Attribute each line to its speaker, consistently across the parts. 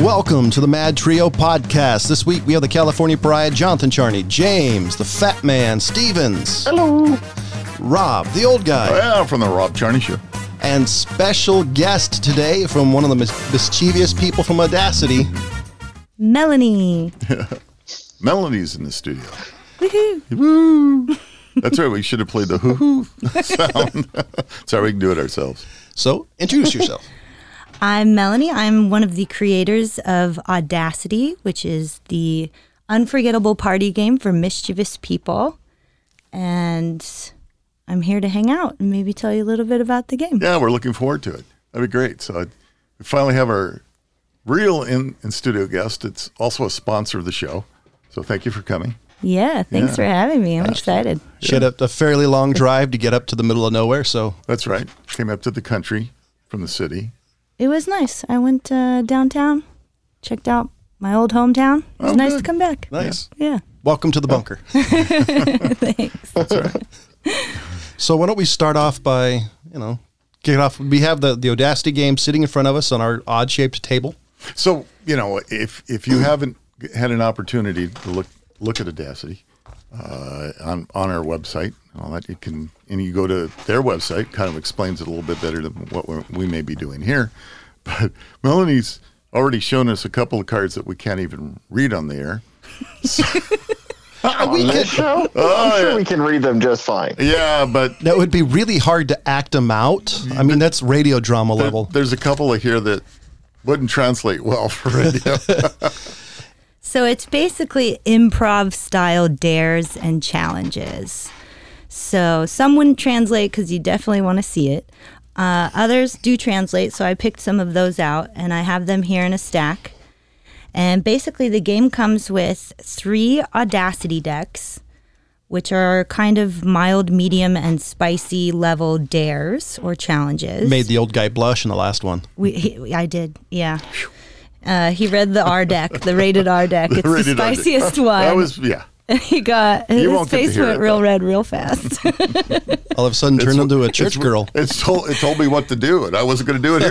Speaker 1: Welcome to the Mad Trio podcast. This week we have the California Pariah, Jonathan Charney, James, the Fat Man, Stevens,
Speaker 2: Hello.
Speaker 1: Rob, the old guy,
Speaker 2: Well, from the Rob Charney Show.
Speaker 1: and special guest today from one of the mis- mischievous people from Audacity,
Speaker 3: Melanie.
Speaker 2: Melanie's in the studio.
Speaker 3: Woohoo.
Speaker 2: That's right. We should have played the hoo hoo sound. Sorry, we can do it ourselves.
Speaker 1: So introduce yourself.
Speaker 3: I'm Melanie. I'm one of the creators of Audacity, which is the unforgettable party game for mischievous people. And I'm here to hang out and maybe tell you a little bit about the game.
Speaker 2: Yeah, we're looking forward to it. That'd be great. So I, we finally have our real in, in studio guest. It's also a sponsor of the show. So thank you for coming.
Speaker 3: Yeah, thanks for having me. I'm excited.
Speaker 1: She had a, a fairly long drive to get up to the middle of nowhere, so
Speaker 2: That's right. Came up to the country from the city.
Speaker 3: It was nice. I went uh, downtown, checked out my old hometown. It was
Speaker 2: Oh,
Speaker 3: nice
Speaker 2: good.
Speaker 3: to come back.
Speaker 1: nice.
Speaker 3: Yeah.
Speaker 1: Welcome to the bunker.
Speaker 3: Thanks.
Speaker 1: So why don't we start off by you know kick it off? We have the the Audacity game sitting in front of us on our odd shaped table.
Speaker 2: So you know, if if you haven't had an opportunity to look look at Audacity uh, on on our website, and all that you can, and you go to their website, kind of explains it a little bit better than what we're, we may be doing here. But Melanie's already shown us a couple of cards that we can't even read on the air.
Speaker 4: on this show? I'm sure we can read them just fine.
Speaker 2: Oh, Yeah, but
Speaker 1: That would be really hard to act them out. I mean, that's radio drama level.
Speaker 2: there's a couple of here that wouldn't translate well for radio.
Speaker 3: So it's basically improv style dares and challenges. So some wouldn't translate because you definitely want to see it. Uh, others do translate, so I picked some of those out and I have them here in a stack. And basically, the game comes with three Audacity decks, which are kind of mild, medium, and spicy level dares or challenges.
Speaker 1: Made the old guy blush in the last one.
Speaker 3: We, he, I did, yeah. Uh, he read the R deck, the rated R deck. It's the
Speaker 2: Rated R.
Speaker 3: spiciest one.
Speaker 2: That was yeah.
Speaker 3: he got his
Speaker 2: won't get to
Speaker 3: face
Speaker 2: hear
Speaker 3: went
Speaker 2: it,
Speaker 3: real
Speaker 2: though.
Speaker 3: red real fast.
Speaker 1: All of a sudden, turned into a
Speaker 2: It's-
Speaker 1: church girl.
Speaker 2: It's told it told me what to do, and I wasn't going to do it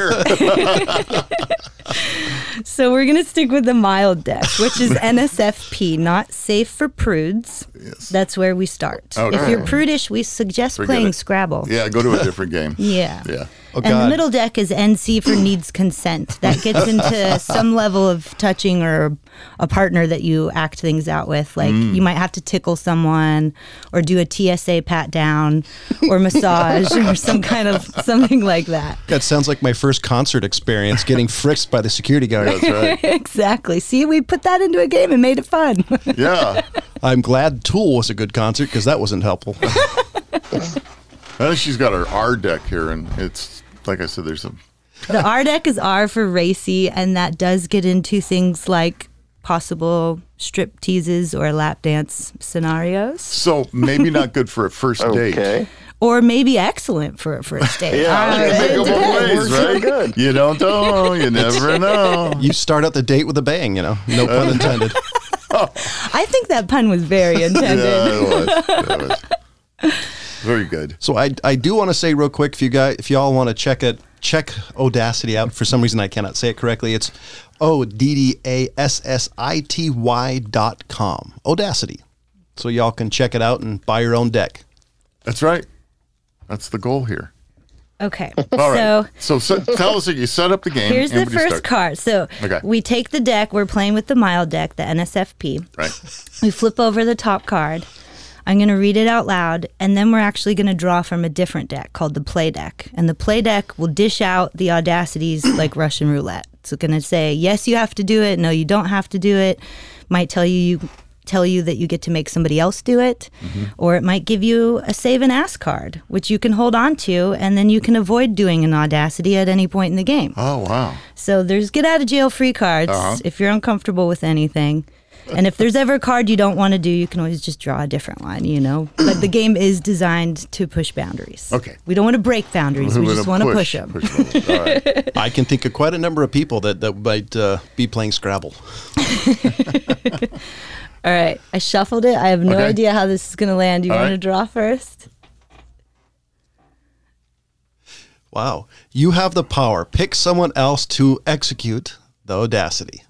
Speaker 2: here.
Speaker 3: so we're gonna stick with the mild deck, which is NSFP, not safe for prudes. Yes. That's where we start.
Speaker 2: Oh,
Speaker 3: if
Speaker 2: darn.
Speaker 3: you're prudish, we suggest
Speaker 2: Forget
Speaker 3: playing
Speaker 2: it.
Speaker 3: Scrabble.
Speaker 2: Yeah, go to a different game.
Speaker 3: Yeah.
Speaker 2: Yeah.
Speaker 1: Oh
Speaker 3: and the
Speaker 1: God!
Speaker 3: middle deck is NC for needs consent. That gets into some level of touching or a partner that you act things out with. Like
Speaker 1: Mm.
Speaker 3: you might have to tickle someone or do a TSA pat down or massage or some kind of something like that.
Speaker 1: that sounds like my first concert experience, getting frisked by the security guard.
Speaker 2: That's right.
Speaker 3: Exactly. See, we put that into a game and made it fun.
Speaker 2: Yeah.
Speaker 1: I'm glad Tool was a good concert because that wasn't helpful.
Speaker 2: Well, she's got her R deck here, and it's like I said, there's some.
Speaker 3: the R deck is R for racy, and that does get into things like possible strip teases or lap dance scenarios,
Speaker 2: So maybe not good for a first date.
Speaker 4: Okay.
Speaker 3: or maybe excellent for a first date.
Speaker 4: Yeah,
Speaker 3: Uh,
Speaker 4: I
Speaker 2: They
Speaker 4: think
Speaker 2: go
Speaker 4: it
Speaker 2: both
Speaker 4: depends.
Speaker 2: ways,
Speaker 4: Works really
Speaker 2: right?
Speaker 4: good.
Speaker 2: You don't know. You never know.
Speaker 1: you start out the date with a bang, you know. No
Speaker 2: Uh,
Speaker 1: pun intended.
Speaker 3: I think that pun was very intended.
Speaker 2: Yeah, it was. It was. Very good.
Speaker 1: So I, I do want to say real quick if you guys if y'all want to check it check Audacity out for some reason I cannot say it correctly it's o d d a s s i t y dot com Audacity so y'all can check it out and buy your own deck.
Speaker 2: That's right. That's the goal here.
Speaker 3: Okay.
Speaker 2: All
Speaker 3: so
Speaker 2: right. So, se- tell us that you set up the game.
Speaker 3: here's the
Speaker 2: and we
Speaker 3: first
Speaker 2: start.
Speaker 3: card. So
Speaker 2: Okay.
Speaker 3: we take the deck. We're playing with the mild deck, the NSFP.
Speaker 2: Right.
Speaker 3: We flip over the top card. I'm going to read it out loud, and then we're actually going to draw from a different deck called the play deck. And the play deck will dish out the audacities like Russian roulette. It's going to say, yes, you have to do it. No, you don't have to do it. Might tell you, you tell you that you get to make somebody else do it, or it might give you a save and ask card, which you can hold on to, and then you can avoid doing an audacity at any point in the game.
Speaker 2: Oh wow.
Speaker 3: So there's get out of jail free cards
Speaker 2: Uh-huh.
Speaker 3: if you're uncomfortable with anything. And if there's ever a card you don't want to do, you can always just draw a different one, you know? But the game is designed to push boundaries.
Speaker 2: Okay.
Speaker 3: We don't want to break boundaries. We
Speaker 2: We're
Speaker 3: just want
Speaker 2: gonna
Speaker 3: to push them.
Speaker 2: push All right.
Speaker 1: I can think of quite a number of people that that might uh, be playing Scrabble.
Speaker 3: All right. I shuffled it. I have no
Speaker 2: Okay.
Speaker 3: idea how this is going to land. You
Speaker 2: All
Speaker 3: want to
Speaker 2: right.
Speaker 3: draw first?
Speaker 1: Wow. You have the power. Pick someone else to execute the audacity.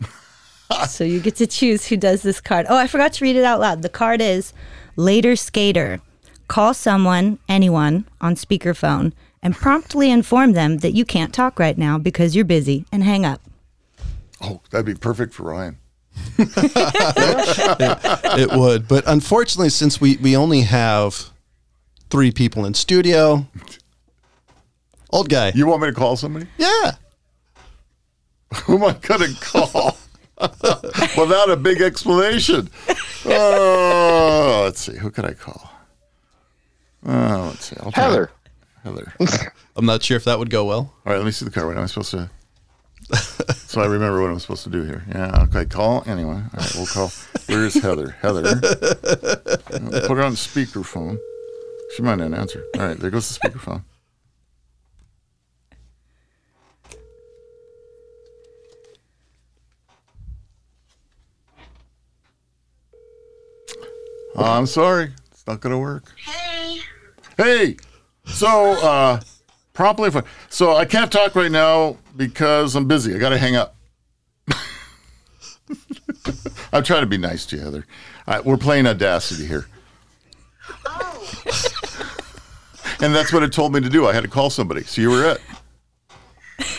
Speaker 2: Ah.
Speaker 3: so you get to choose who does this card. Oh, I forgot to read it out loud. The card is Later Skater. Call someone, anyone, on speakerphone and promptly inform them that you can't talk right now because you're busy and hang up.
Speaker 2: Oh, that'd be perfect for Ryan.
Speaker 1: it would. But unfortunately, since we, we only have three people in studio, old guy.
Speaker 2: You want me to call somebody?
Speaker 1: Yeah.
Speaker 2: Who am I going to call? Without a big explanation. Oh, let's see. Who can I call? Oh, let's see. I'll try-
Speaker 4: Heather.
Speaker 2: Heather.
Speaker 1: I'm not sure if that would go well.
Speaker 2: All right, let me see the card. What am I supposed to? so I remember what I'm supposed to do here. Yeah. Okay. Call anyway. All right. We'll call. Where's Heather? Heather. Uh, Put her on speakerphone. She might not answer. All right. There goes the speakerphone. Uh, I'm sorry. It's not going to work.
Speaker 5: Hey,
Speaker 2: Hey, so uh, promptly. For, so I can't talk right now because I'm busy. I got to hang up. I'm trying to be nice to you, Heather. All right, we're playing Audacity here,
Speaker 5: oh,
Speaker 2: and that's what it told me to do. I had to call somebody. So you were it.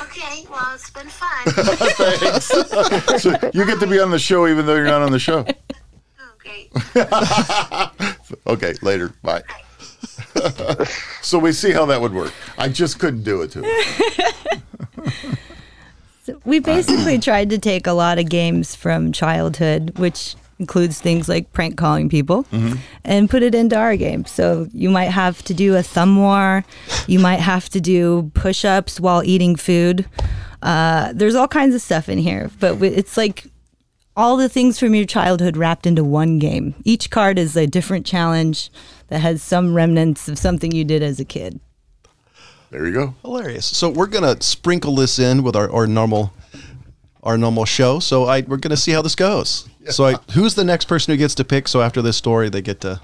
Speaker 5: okay, well, it's been fun.
Speaker 2: Thanks. so you get to be on the show even though you're not on the show.
Speaker 5: okay.
Speaker 2: Okay, later. Bye. so we see how that would work. I just couldn't do it to him.
Speaker 3: We basically tried to take a lot of games from childhood, which includes things like prank calling people,
Speaker 2: Mm-hmm.
Speaker 3: and put it into our game. So you might have to do a thumb war, you might have to do push ups while eating food. Uh, there's all kinds of stuff in here, but we- it's like all the things from your childhood wrapped into one game. Each card is a different challenge that has some remnants of something you did as a kid.
Speaker 2: There you go.
Speaker 1: Hilarious. So we're gonna sprinkle this in with our, our normal our normal show. So I we're gonna see how this goes. So I, who's the next person who gets to pick? So after this story, they get to.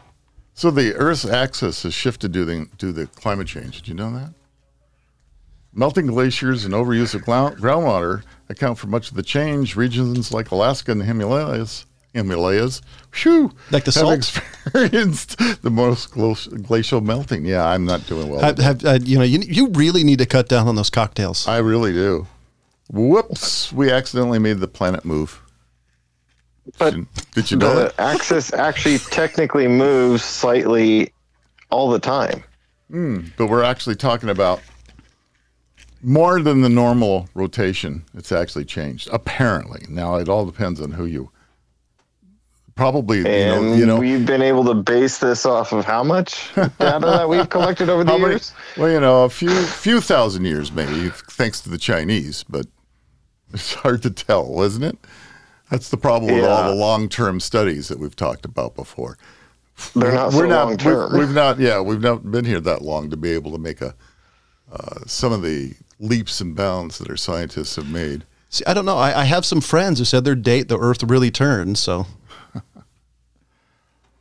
Speaker 2: So the Earth's axis has shifted due to, due to climate change. Did you know that? Melting glaciers and overuse of glou- groundwater account for much of the change. Regions like Alaska and the Himalayas, Himalayas, whew,
Speaker 1: Like the
Speaker 2: have
Speaker 1: salt?
Speaker 2: experienced the most glo- glacial melting. Yeah, I'm not doing well.
Speaker 1: Have, have, uh, you know you, you really need to cut down on those cocktails.
Speaker 2: I really do. Whoops! We accidentally made the planet move.
Speaker 4: But
Speaker 2: Did you know
Speaker 4: the
Speaker 2: that?
Speaker 4: axis actually technically moves slightly all the time.
Speaker 2: but we're actually talking about more than the normal rotation. It's actually changed, apparently. Now it all depends on who you. Probably,
Speaker 4: And
Speaker 2: you know, you know
Speaker 4: we've been able to base this off of how much data that we've collected over the
Speaker 2: how many?
Speaker 4: years.
Speaker 2: Well, you know, a few few thousand years maybe, thanks to the Chinese. But it's hard to tell, isn't it? That's the problem with all
Speaker 4: Yeah.
Speaker 2: the long term studies that we've talked about before.
Speaker 4: They're not so long term.
Speaker 2: We've, we've not, yeah, we've not been here that long to be able to make a uh, some of the leaps and bounds that our scientists have made.
Speaker 1: See, I don't know. I, I have some friends who said their date the Earth really turned. So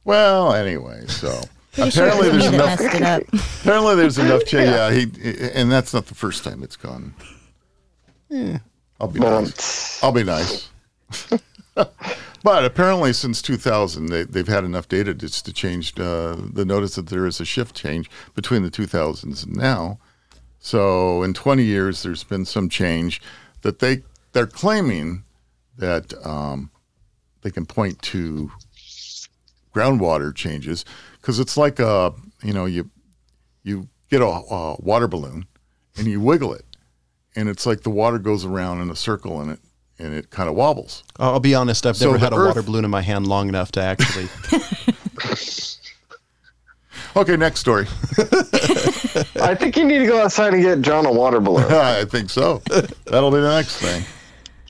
Speaker 2: Well, anyway, so
Speaker 3: Pretty sure
Speaker 2: apparently
Speaker 3: it's
Speaker 2: there's
Speaker 3: me
Speaker 2: enough.
Speaker 3: that messed it up.
Speaker 2: Apparently there's enough. Change, yeah, he, and that's not the first time it's gone. I'll be
Speaker 4: Um,
Speaker 2: nice. I'll be nice. but apparently, since 2000, they, they've had enough data just to change uh, the notice that there is a shift change between the 2000s and now. So in 20 years, there's been some change that they they're claiming that um, they can point to groundwater changes because it's like a you know you you get a, a water balloon and you wiggle it and it's like the water goes around in a circle and it and it kind of wobbles.
Speaker 1: I'll I'll be honest. I've
Speaker 2: So
Speaker 1: never
Speaker 2: the
Speaker 1: had a
Speaker 2: Earth-
Speaker 1: water balloon in my hand long enough to actually.
Speaker 2: Okay, next story.
Speaker 4: I think you need to go outside and get John a water balloon.
Speaker 2: I think so. That'll be the next thing.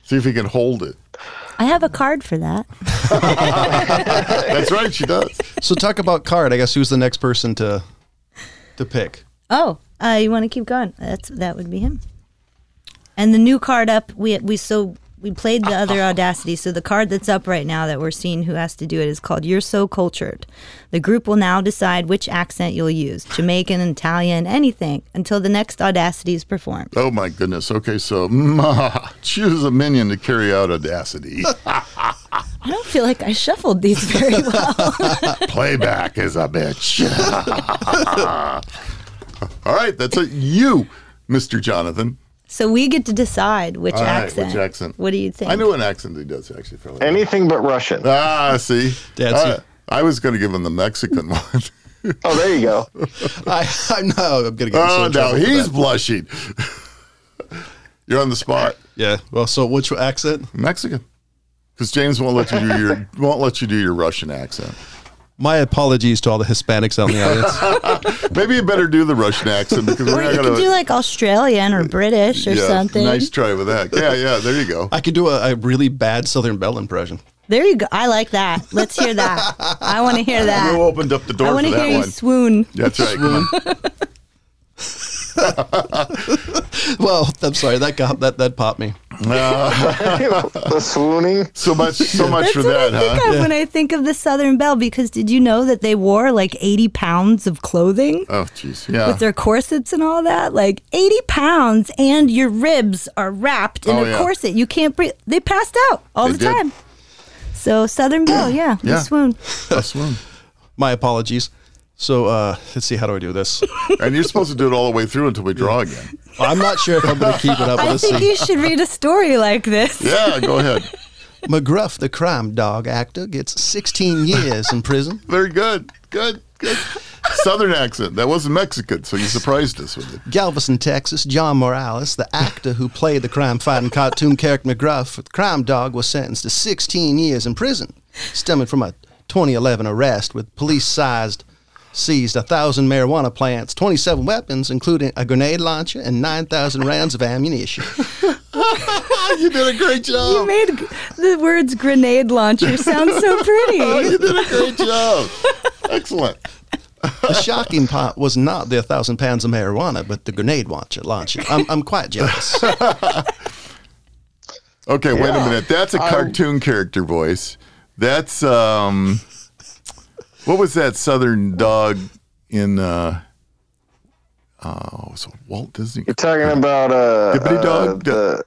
Speaker 2: See if he can hold it.
Speaker 3: I have a card for that.
Speaker 2: That's right, she does.
Speaker 1: so talk about card. I guess who's the next person to to pick?
Speaker 3: Oh, uh, you want to keep going? That's that would be him. And the new card up, we we so we we played the other audacity. So the card that's up right now that we're seeing who has to do it is called "You're So Cultured." The group will now decide which accent you'll use: Jamaican, Italian, anything, until the next audacity is performed.
Speaker 2: Oh my goodness. Okay, so ma, choose a minion to carry out audacity.
Speaker 3: I don't feel like I shuffled these very well.
Speaker 2: Playback is a bitch. All right, that's it. You, Mr. Jonathan.
Speaker 3: so we get to decide which
Speaker 2: All right,
Speaker 3: accent.
Speaker 2: which accent?
Speaker 3: What do you think?
Speaker 2: I know an accent he does actually fairly. well.
Speaker 4: Anything but Russian.
Speaker 2: Ah, see,
Speaker 1: That's
Speaker 2: Ah,
Speaker 1: it.
Speaker 2: I was going to give him the Mexican one.
Speaker 4: Oh, there you go.
Speaker 1: I, I'm no, I'm gonna get. in so
Speaker 2: oh,
Speaker 1: much
Speaker 2: now
Speaker 1: trouble for
Speaker 2: he's
Speaker 1: that.
Speaker 2: blushing. You're on the spot,
Speaker 1: yeah. Well, so which accent?
Speaker 2: Mexican, because James won't let you do your won't let you do your Russian accent.
Speaker 1: My apologies to all the Hispanics out in the audience.
Speaker 2: Maybe you better do the Russian accent because
Speaker 3: Or
Speaker 2: we're
Speaker 3: you
Speaker 2: not
Speaker 3: could do
Speaker 2: going
Speaker 3: like Australian or British or something.
Speaker 2: Nice try with that. Yeah, yeah. There you go.
Speaker 1: I could do a, a really bad Southern Belle impression.
Speaker 3: There you go. I like that. Let's hear that. I want to hear
Speaker 2: You
Speaker 3: that.
Speaker 2: opened up the
Speaker 3: I
Speaker 2: door
Speaker 3: want
Speaker 2: for
Speaker 3: to
Speaker 2: that
Speaker 3: hear you
Speaker 2: one.
Speaker 3: swoon.
Speaker 2: That's right. Come on.
Speaker 1: Well, I'm sorry that got that that popped me.
Speaker 4: the swooning.
Speaker 2: Uh, So much, so much
Speaker 3: That's
Speaker 2: for
Speaker 3: what
Speaker 2: that,
Speaker 3: I think
Speaker 2: huh?
Speaker 3: of when I think of the Southern Belle because did you know that they wore like 80 pounds of clothing?
Speaker 2: Oh, jeez. Yeah.
Speaker 3: With their corsets and all that, like 80 pounds, and your ribs are wrapped in
Speaker 2: Oh,
Speaker 3: a
Speaker 2: yeah.
Speaker 3: corset. You can't breathe. They passed out all
Speaker 2: They
Speaker 3: the
Speaker 2: did.
Speaker 3: time. So, Southern Belle, yeah, you
Speaker 2: Yeah.
Speaker 3: swoon.
Speaker 2: That's one.
Speaker 1: My apologies. So uh, let's see. How do I do this?
Speaker 2: And you're supposed to do it all the way through until we draw again.
Speaker 1: I'm not sure if I'm going to keep it up.
Speaker 3: I
Speaker 1: Let's
Speaker 3: think
Speaker 1: see.
Speaker 3: you should read a story like this.
Speaker 2: Yeah, go ahead.
Speaker 1: McGruff, the crime dog actor, gets 16 years in prison.
Speaker 2: Very good. Good. Good. Southern accent. That wasn't Mexican, so you surprised us with it.
Speaker 1: Galveston, Texas, John Morales, the actor who played the crime fighting cartoon character McGruff, the crime dog, was sentenced to 16 years in prison, stemming from a 2011 arrest with police sized seized 1,000 marijuana plants, 27 weapons, including a grenade launcher, and 9,000 rounds of ammunition.
Speaker 2: Ah, You did a great
Speaker 3: You
Speaker 2: job.
Speaker 3: made g- the words grenade launcher sound so pretty.
Speaker 2: You did a great job. Excellent.
Speaker 1: The shocking part was not the 1,000 pounds of marijuana, but the grenade launcher. launcher. I'm, I'm quite jealous.
Speaker 2: Okay, wait a minute. That's a cartoon character voice. That's um what was that southern dog in uh oh, so Walt Disney
Speaker 4: You're talking about uh,
Speaker 2: Dippity
Speaker 4: uh,
Speaker 2: dog.
Speaker 4: the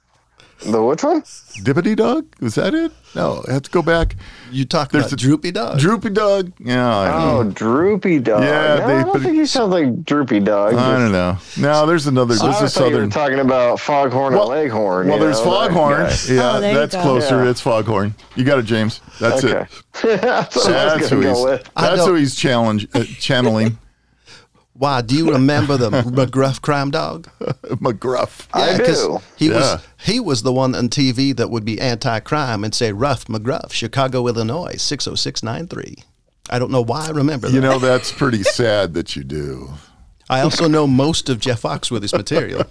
Speaker 4: the which one?
Speaker 2: Dippity Dog? Was that it? No, I have to go back.
Speaker 1: You talk
Speaker 2: There's
Speaker 1: about
Speaker 2: a-
Speaker 1: droopy dog.
Speaker 2: Droopy Dog? Yeah, I don't
Speaker 4: Uh, Oh, droopy dog.
Speaker 2: Yeah,
Speaker 4: no,
Speaker 2: they-
Speaker 4: I
Speaker 2: but
Speaker 4: don't think he sounds like droopy dog.
Speaker 2: I don't know. No, there's another.
Speaker 4: I
Speaker 2: There's a
Speaker 4: thought you were
Speaker 2: southern.
Speaker 4: talking about foghorn or leghorn.
Speaker 2: Well,
Speaker 4: you
Speaker 2: there's
Speaker 4: know, that
Speaker 2: foghorn.
Speaker 4: guy.
Speaker 2: Yeah,
Speaker 3: Oh, there you
Speaker 2: that's
Speaker 3: go.
Speaker 2: closer.
Speaker 4: Yeah.
Speaker 2: It's foghorn. You got it, James. That's
Speaker 4: Okay.
Speaker 2: it.
Speaker 4: That's what I was
Speaker 2: That's who
Speaker 4: going to
Speaker 2: he's.
Speaker 4: go with.
Speaker 1: I
Speaker 2: That's
Speaker 1: don't-
Speaker 2: who he's challenge uh, channeling.
Speaker 1: Why, do you remember the McGruff crime dog?
Speaker 2: McGruff.
Speaker 4: I do.
Speaker 1: 'cause He
Speaker 2: Yeah.
Speaker 1: was he was the one on TV that would be anti-crime and say Ruff McGruff, Chicago, Illinois, six zero six nine three. I don't know why I remember that.
Speaker 2: You know that's pretty sad that you do.
Speaker 1: I also know most of Jeff Foxworthy's material.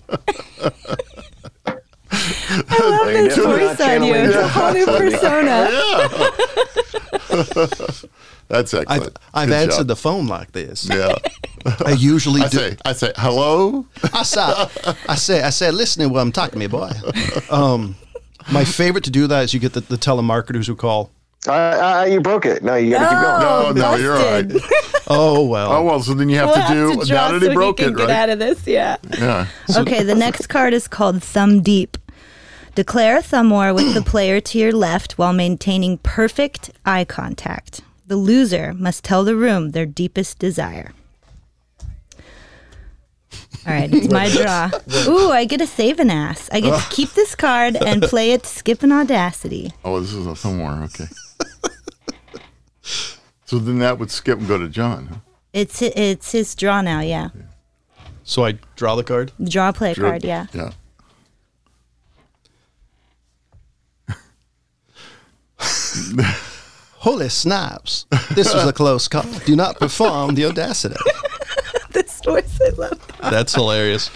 Speaker 3: I love this
Speaker 4: do.
Speaker 3: voice on you.
Speaker 4: Channeling
Speaker 3: It's a whole new persona.
Speaker 2: That's
Speaker 1: I've,
Speaker 2: excellent.
Speaker 1: I've
Speaker 2: Good
Speaker 1: answered the
Speaker 2: job.
Speaker 1: phone like this.
Speaker 2: Yeah.
Speaker 1: I usually
Speaker 2: I
Speaker 1: do.
Speaker 2: say. I say hello.
Speaker 1: I said, I said, I said, listen to what I'm talking to me, boy. Um, my favorite to do that is you get the, the telemarketers who call.
Speaker 4: I, I, you broke it. No, you got to keep going.
Speaker 2: No, no, you're all right.
Speaker 3: Busted.
Speaker 1: Oh well.
Speaker 2: Oh well. So then you have
Speaker 3: We'll
Speaker 2: to do.
Speaker 3: have
Speaker 2: now
Speaker 3: to draw
Speaker 2: that
Speaker 3: so
Speaker 2: he broke
Speaker 3: he can
Speaker 2: it,
Speaker 3: get
Speaker 2: right?
Speaker 3: out of this. Yeah.
Speaker 2: Yeah.
Speaker 3: okay, the next card is called Thumb Deep. Declare a thumb war with the player to your left while maintaining perfect eye contact. The loser must tell the room their deepest desire. All right, it's my draw. Ooh, I get a save an ass. I get to keep this card and play it to skip an audacity.
Speaker 2: Oh, this is a thumb war. Okay. so then that would skip and go to John. Huh?
Speaker 3: It's hi- it's his draw now, yeah.
Speaker 1: So I draw the card.
Speaker 3: Draw play
Speaker 2: Sure.
Speaker 3: card, yeah.
Speaker 2: Yeah.
Speaker 1: Holy snaps! This was a close call. Do not perform the audacity.
Speaker 3: This voice, I love.
Speaker 1: That's hilarious.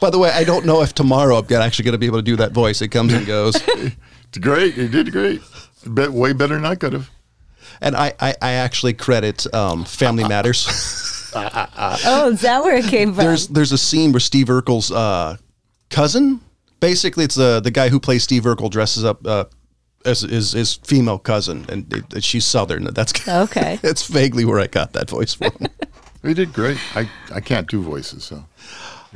Speaker 1: By the way, I don't know if tomorrow I'm gonna- actually going to be able to do that voice. It comes and goes.
Speaker 2: It's great. You did great. Bet way better than I could have.
Speaker 1: And I, I, I actually credit um, Family Matters.
Speaker 3: Oh, is that where it came from?
Speaker 1: there's there's a scene where Steve Urkel's uh, cousin basically it's the the guy who plays Steve Urkel dresses up uh, as his, his female cousin, and it, she's Southern. That's
Speaker 6: Okay.
Speaker 1: that's vaguely where I got that voice from.
Speaker 2: We did great. I, I can't do voices, so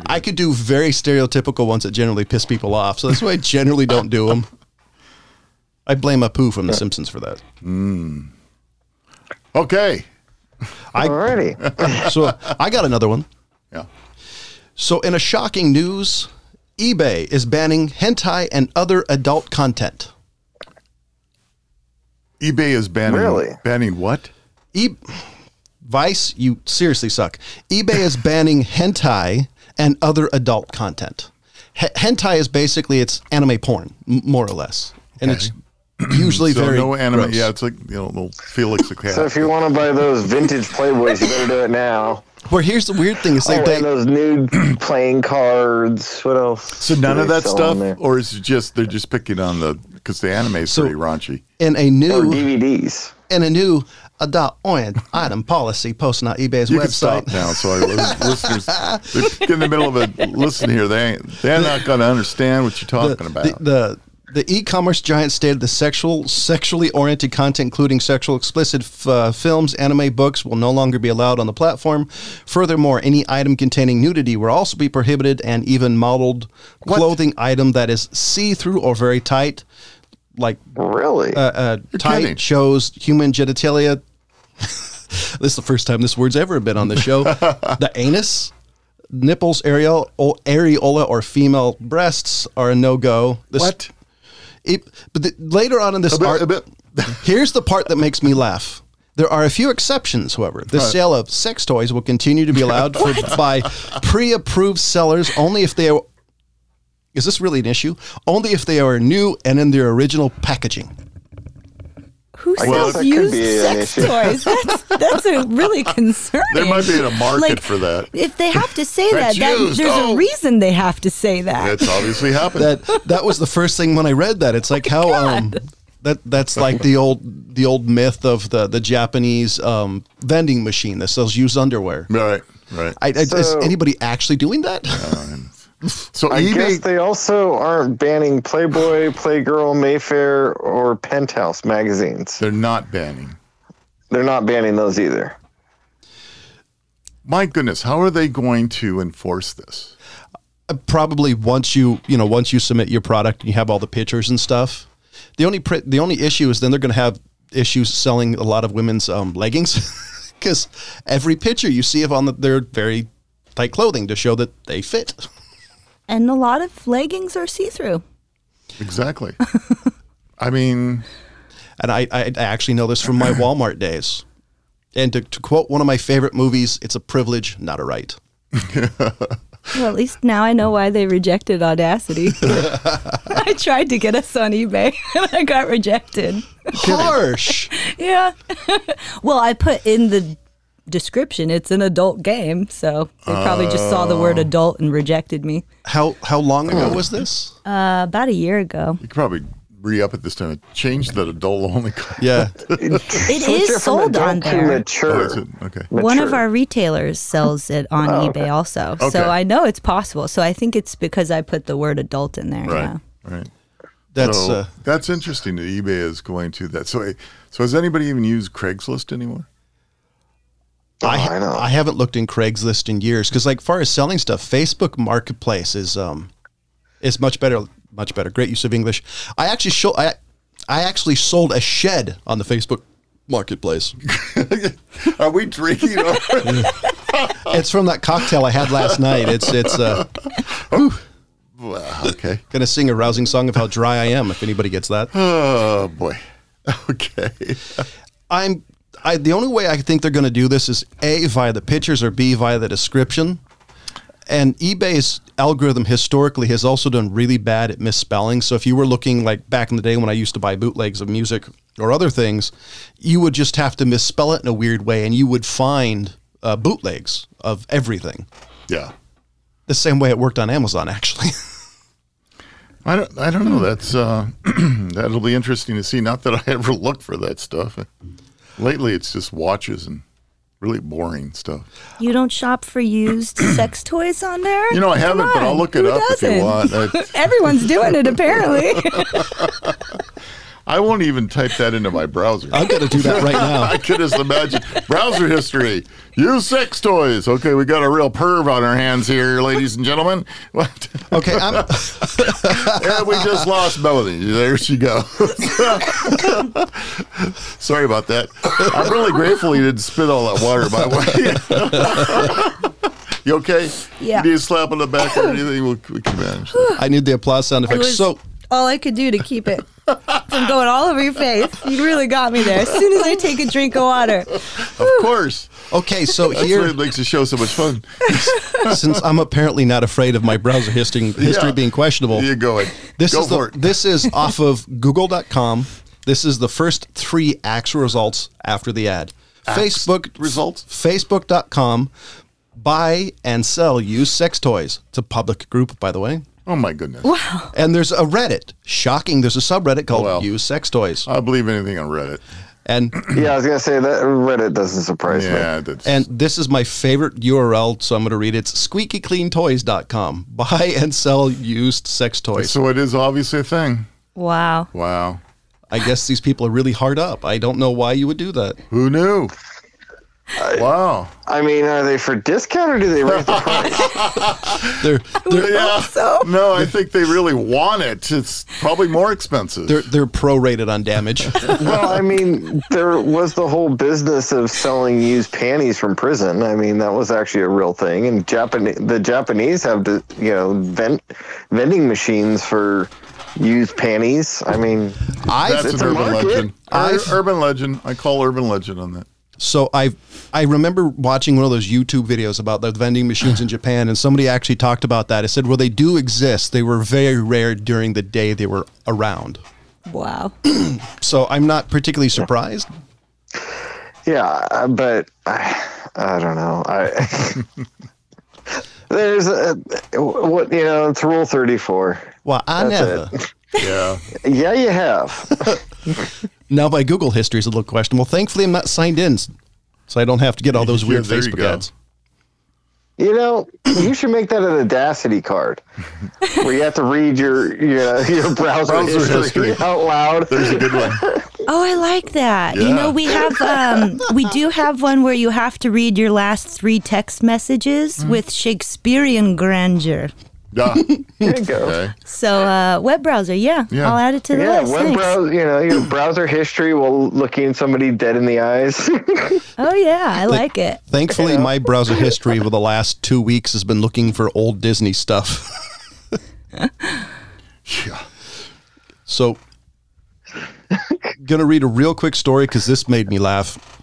Speaker 1: I could do very stereotypical ones that generally piss people off, so that's why I generally don't do them. I blame Apu from The Simpsons for that.
Speaker 2: okay.
Speaker 1: I,
Speaker 4: Alrighty.
Speaker 1: so I got another one.
Speaker 2: Yeah.
Speaker 1: So, in a shocking news, eBay is banning hentai and other adult content.
Speaker 2: eBay is banning
Speaker 4: Really?
Speaker 2: banning what?
Speaker 1: E- Vice, you seriously suck. eBay is banning hentai and other adult content. H- hentai is basically it's anime porn, m- more or less, and it's usually
Speaker 2: So
Speaker 1: very
Speaker 2: no anime.
Speaker 1: gross.
Speaker 2: Yeah, it's like you know, little Felix the cat.
Speaker 4: So if you want to buy those vintage Playboys, you better do it now.
Speaker 1: Well, here's the weird thing: is
Speaker 4: Oh,
Speaker 1: they,
Speaker 4: and
Speaker 1: they
Speaker 4: those nude playing cards. What else?
Speaker 2: so none
Speaker 4: do
Speaker 2: of
Speaker 4: they
Speaker 2: that
Speaker 4: sell
Speaker 2: stuff,
Speaker 4: on there?
Speaker 2: or is it just they're just picking on the because the anime is
Speaker 1: So-
Speaker 2: pretty raunchy.
Speaker 1: in a
Speaker 4: or
Speaker 1: new
Speaker 4: DVDs.
Speaker 1: in a new adult oriented item policy posted on eBay's
Speaker 2: You can
Speaker 1: website.
Speaker 2: stop now. Sorry, lis- listeners. They're in the middle of a listen here. They ain't, they're not going to understand what you're talking about.
Speaker 1: the, the the e-commerce giant stated the sexual sexually oriented content including sexual explicit f- uh, films anime books will no longer be allowed on the platform furthermore any item containing nudity will also be prohibited and even modeled clothing item that is see-through or very tight like
Speaker 4: Really?
Speaker 2: Uh,
Speaker 1: uh, tight
Speaker 2: kidding.
Speaker 1: shows human genitalia this is the first time this word's ever been on the show the anus nipples areola, areola or female breasts are a no-go This-
Speaker 2: what?
Speaker 1: it, but the, later on in this
Speaker 2: A bit-
Speaker 1: art,
Speaker 2: a bit.
Speaker 1: here's the part that makes me laugh. There are a few exceptions, however. The sale of sex toys will continue to be allowed for, by pre-approved sellers only if they are. Is this really an issue? Only if they are new and in their original packaging.
Speaker 6: Who sells
Speaker 2: Well, that
Speaker 4: could
Speaker 6: used
Speaker 4: be an
Speaker 6: sex
Speaker 4: issue.
Speaker 6: toys? That's that's a really concerning.
Speaker 2: There might be a market
Speaker 3: Like-
Speaker 2: for that.
Speaker 3: If they have to say that,
Speaker 2: That's
Speaker 3: that
Speaker 2: used.
Speaker 3: there's
Speaker 2: Oh.
Speaker 3: a reason they have to say that.
Speaker 2: That's obviously happened.
Speaker 1: That that was the first thing when I read that. It's like how um that that's like the old the old myth of the the Japanese um, vending machine that sells used underwear.
Speaker 2: right. Right.
Speaker 1: I, I, is
Speaker 4: So-
Speaker 1: anybody actually doing that?
Speaker 2: so
Speaker 4: I guess
Speaker 2: eBay.
Speaker 4: they also aren't banning Playboy, Playgirl, Mayfair, or Penthouse magazines.
Speaker 2: they're not banning.
Speaker 4: They're not banning those either.
Speaker 2: My goodness, how are they going to enforce this?
Speaker 1: probably once you you know once you submit your product and you have all the pictures and stuff the only pri- the only issue is then they're going to have issues selling a lot of women's um, leggings because every picture you see of on the, their very tight clothing to show that they fit
Speaker 3: And a lot of leggings are see through.
Speaker 2: Exactly. I mean,
Speaker 1: and I, I I actually know this from my Walmart days and to, to quote one of my favorite movies it's a privilege not a right
Speaker 3: Well, at least now I know why they rejected Audacity. I tried to get us on eBay and I got rejected.
Speaker 1: harsh
Speaker 3: Yeah. well, I put in the description it's an adult game, so they probably just saw the
Speaker 2: Oh.
Speaker 3: word adult and rejected me.
Speaker 1: how how long ago was this
Speaker 3: Uh, about a year ago.
Speaker 2: you could probably re up at this time and change that adult only. card.
Speaker 1: yeah
Speaker 3: It
Speaker 4: Switch
Speaker 3: is
Speaker 4: it from
Speaker 3: sold
Speaker 4: adult
Speaker 3: on
Speaker 4: to
Speaker 3: there.
Speaker 2: Oh,
Speaker 4: Mature.
Speaker 2: that's it. Okay.
Speaker 3: One of
Speaker 4: mature.
Speaker 3: our retailers sells it on eBay also.
Speaker 2: Okay.
Speaker 3: So I know it's possible. So I think it's because I put the word adult in there.
Speaker 2: Right.
Speaker 3: Yeah.
Speaker 2: Right.
Speaker 1: that's
Speaker 2: so
Speaker 1: uh,
Speaker 2: that's interesting that eBay is going to that. So, so has anybody even used Craigslist anymore?
Speaker 1: I,
Speaker 4: Oh, I know.
Speaker 1: I haven't looked in Craigslist in years because, like, far as selling stuff, Facebook Marketplace is um, is much better, much better. Great use of English. I actually show I, I actually sold a shed on the Facebook Marketplace.
Speaker 2: Are we drinking? Or,
Speaker 1: it's from that cocktail I had last night. It's it's uh,
Speaker 2: Well, okay.
Speaker 1: gonna sing a rousing song of how dry I am. If anybody gets that,
Speaker 2: Oh boy. Okay.
Speaker 1: I'm I the only way I think they're gonna do this is a via the pictures or b via the description. And eBay's algorithm historically has also done really bad at misspelling. So if you were looking like back in the day when I used to buy bootlegs of music or other things, you would just have to misspell it in a weird way, and you would find uh, bootlegs of everything.
Speaker 2: Yeah.
Speaker 1: The same way it worked on Amazon, actually.
Speaker 2: I don't. I don't
Speaker 6: Hmm.
Speaker 2: know. That's uh, that'll be interesting to see. Not that I ever look for that stuff. Lately, it's just watches and really boring stuff.
Speaker 3: You don't shop for used sex toys on there?
Speaker 2: You know, I haven't, but I'll look it
Speaker 6: Who
Speaker 2: up if
Speaker 6: doesn't?
Speaker 2: you want. I,
Speaker 6: Everyone's doing it apparently.
Speaker 2: I won't even type that into my browser.
Speaker 1: I'm going to do that right now.
Speaker 2: I could just imagine browser history. Use sex toys. Okay, we got a real perv on our hands here, ladies and gentlemen. What?
Speaker 1: Okay, I'm,
Speaker 2: and we just lost Melody. There she goes. Sorry about that. I'm really grateful you didn't spit all that water my way. you okay?
Speaker 3: Yeah.
Speaker 2: You need a slap on the back or anything? We'll, we can manage. that.
Speaker 1: I need the applause sound
Speaker 3: It
Speaker 1: effect.
Speaker 3: was
Speaker 1: so,
Speaker 3: all I could do to keep it from going all over your face. You really got me there. As soon as I take a drink of water,
Speaker 2: Of course.
Speaker 1: okay, so
Speaker 2: That's what
Speaker 1: here,
Speaker 2: makes the show so much fun.
Speaker 1: since I'm apparently not afraid of my browser history, history
Speaker 2: Yeah.
Speaker 1: being questionable,
Speaker 2: You go it.
Speaker 1: This
Speaker 2: go
Speaker 1: is
Speaker 2: for
Speaker 1: the,
Speaker 2: it.
Speaker 1: this is off of google.com. This is the first 3 actual results after the ad. Facebook
Speaker 2: results?
Speaker 1: facebook.com buy and sell used sex toys. It's a public group by the way.
Speaker 2: oh my goodness.
Speaker 1: And there's a Reddit. Shocking, there's a subreddit called
Speaker 2: wow.
Speaker 1: used sex toys.
Speaker 2: I believe anything on Reddit.
Speaker 1: And
Speaker 4: Yeah, I was gonna say that Reddit doesn't surprise me.
Speaker 2: Yeah, that's
Speaker 1: and this is my favorite URL, so I'm going to read it. It's squeakycleantoys.com. Buy and sell used sex toys.
Speaker 2: so it is obviously a thing.
Speaker 3: wow.
Speaker 2: Wow.
Speaker 1: I guess these people are really hard up. I don't know why you would do that.
Speaker 2: Who knew? wow.
Speaker 4: I mean, are they for discount or do they raise the price?
Speaker 1: They're they're
Speaker 2: Yeah. No, I think they really want it. It's probably more expensive.
Speaker 1: They're they're prorated on damage.
Speaker 4: well, I mean, there was the whole business of selling used panties from prison. I mean, that was actually a real thing. And Japan, the Japanese have to, you know, vent vending machines for used panties. I mean,
Speaker 1: I
Speaker 2: that's
Speaker 4: it's
Speaker 2: an
Speaker 4: a
Speaker 2: urban
Speaker 4: market.
Speaker 2: legend. Ur-
Speaker 1: I've-
Speaker 2: urban legend. I call urban legend on that.
Speaker 1: so I I remember watching one of those YouTube videos about the vending machines in Japan, and somebody actually talked about that. It said, well, they do exist. They were very rare during the day they were around.
Speaker 6: wow.
Speaker 1: So I'm not particularly surprised.
Speaker 4: Yeah, uh, but I, I don't know. I there's a, what you know. It's rule thirty-four.
Speaker 1: Well, I never.
Speaker 2: Yeah.
Speaker 4: Yeah, you have.
Speaker 1: Now my Google history is a little questionable. Thankfully, I'm not signed in, so I don't have to get all those
Speaker 2: Yeah,
Speaker 1: weird
Speaker 2: there you
Speaker 1: Facebook
Speaker 2: go.
Speaker 1: ads.
Speaker 4: you know, you should make that an audacity card where you have to read your your, your browser,
Speaker 2: Browser
Speaker 4: history,
Speaker 2: history.
Speaker 4: out loud.
Speaker 2: There's a good one.
Speaker 3: Oh, I like that. You
Speaker 2: Yeah.
Speaker 3: know, we have um, we do have one where you have to read your last three text messages with Shakespearean grandeur.
Speaker 2: Yeah.
Speaker 4: there you go.
Speaker 2: Okay.
Speaker 3: So uh, web browser, yeah,
Speaker 2: Yeah.
Speaker 3: I'll add it to the
Speaker 4: Yeah,
Speaker 3: list.
Speaker 4: web
Speaker 3: Thanks.
Speaker 4: browser. You know, your browser history while looking somebody dead in the eyes.
Speaker 3: oh yeah, I like it.
Speaker 1: Thankfully, my browser history over the last two weeks has been looking for old Disney stuff.
Speaker 2: Yeah.
Speaker 1: So, gonna read a real quick story because this made me laugh.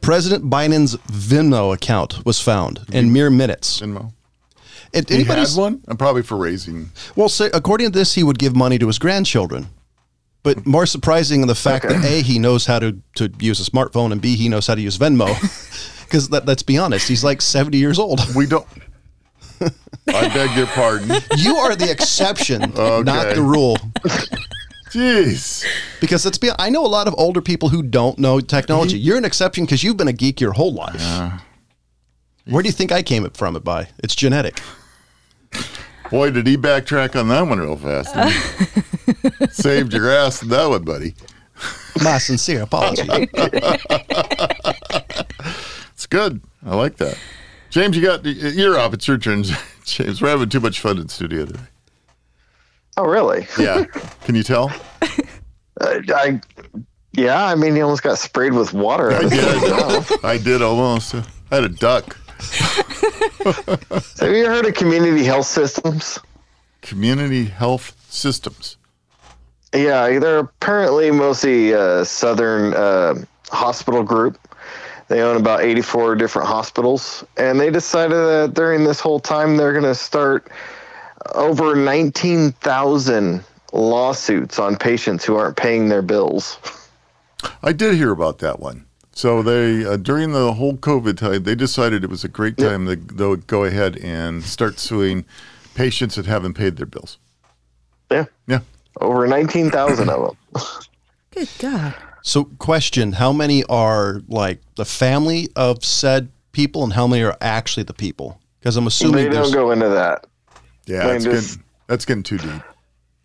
Speaker 1: President Biden's Venmo account was found in mere minutes.
Speaker 2: Venmo.
Speaker 1: It,
Speaker 2: He had
Speaker 1: anybody's,
Speaker 2: one? I'm probably for raising.
Speaker 1: well, say, according to this, he would give money to his grandchildren. But more surprising in the fact that A, he knows how to, to use a smartphone, and B, he knows how to use Venmo. Because let, let's be honest, he's like 70 years old.
Speaker 2: We don't. I beg your pardon.
Speaker 1: You are the exception, not
Speaker 2: Okay.
Speaker 1: the rule.
Speaker 2: Jeez.
Speaker 1: Because let's be I know a lot of older people who don't know technology. You're an exception because you've been a geek your whole life. Where do you think I came it from it by? It's genetic.
Speaker 2: Boy, did he backtrack on that one real fast. didn't
Speaker 4: Uh.
Speaker 2: he? Saved your ass in that one, buddy.
Speaker 1: My sincere apology.
Speaker 2: It's good. I like that. James, you got you're up. It's your turn, James. We're having too much fun in studio today.
Speaker 4: oh, really?
Speaker 2: Yeah. Can you tell?
Speaker 4: I, I yeah, I mean, he almost got sprayed with water.
Speaker 2: I did. I did almost. I had a duck.
Speaker 4: Have you heard of community health systems?
Speaker 2: Community health systems.
Speaker 4: Yeah, they're apparently mostly uh, southern uh, hospital group. They own about 84 different hospitals, and they decided that during this whole time they're going to start over 19,000 lawsuits on patients who aren't paying their bills.
Speaker 2: I did hear about that one. So they uh, during the whole COVID time, they decided it was a great time to they would go ahead and start suing patients that haven't paid their bills.
Speaker 4: Yeah,
Speaker 2: Yeah.
Speaker 4: over 19,000 of them.
Speaker 6: Good God.
Speaker 1: So, question: How many are like the family of said people, and how many are actually the people? Because I'm assuming
Speaker 4: They
Speaker 1: there's
Speaker 4: don't go into that.
Speaker 2: Yeah, that's
Speaker 4: Landis.
Speaker 2: getting, that's getting too deep.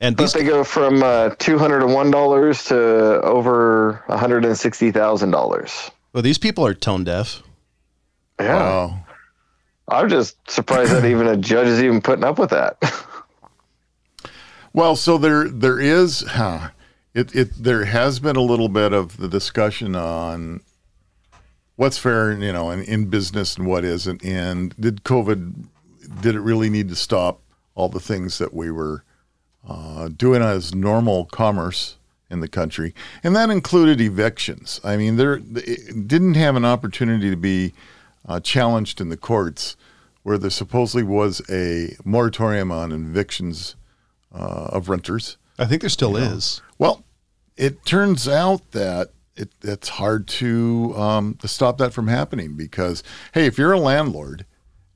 Speaker 1: and
Speaker 4: But
Speaker 1: these
Speaker 4: they go from uh, two hundred and one dollars to over one hundred and sixty thousand dollars.
Speaker 1: well, these people are tone deaf.
Speaker 4: Yeah,
Speaker 2: Wow.
Speaker 4: I'm just surprised that even a judge is even putting up with that.
Speaker 2: Well, so there there is huh, it it there has been a little bit of the discussion on what's fair, you know, in, in business and what isn't, and did COVID did it really need to stop all the things that we were uh, doing as normal commerce in the country, and that included evictions. I mean, there it didn't have an opportunity to be uh, challenged in the courts, where there supposedly was a moratorium on evictions uh, of renters.
Speaker 1: I think there still is.
Speaker 2: Well, it turns out that it, it's hard to um, to stop that from happening because hey, if you're a landlord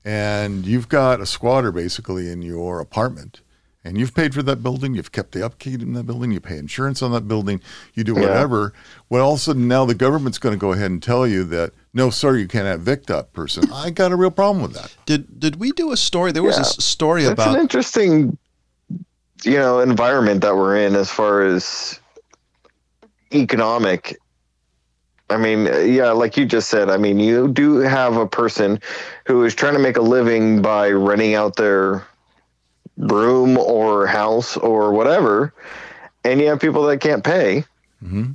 Speaker 2: and you've got a squatter basically in your apartment and you've paid for that building, you've kept the upkeep in that building, you pay insurance on that building, you do whatever. Well, all of a sudden now the government's going to go ahead and tell you that no, sorry, you can't evict that person. I got a real problem with that.
Speaker 1: Did did we do a story? There was a
Speaker 4: Yeah.
Speaker 1: s- story
Speaker 4: It's an
Speaker 1: about
Speaker 4: interesting, you know, environment that we're in as far as economic. I mean, uh, yeah, like you just said, I mean, you do have a person who is trying to make a living by renting out their room or house or whatever, and you have people that can't pay.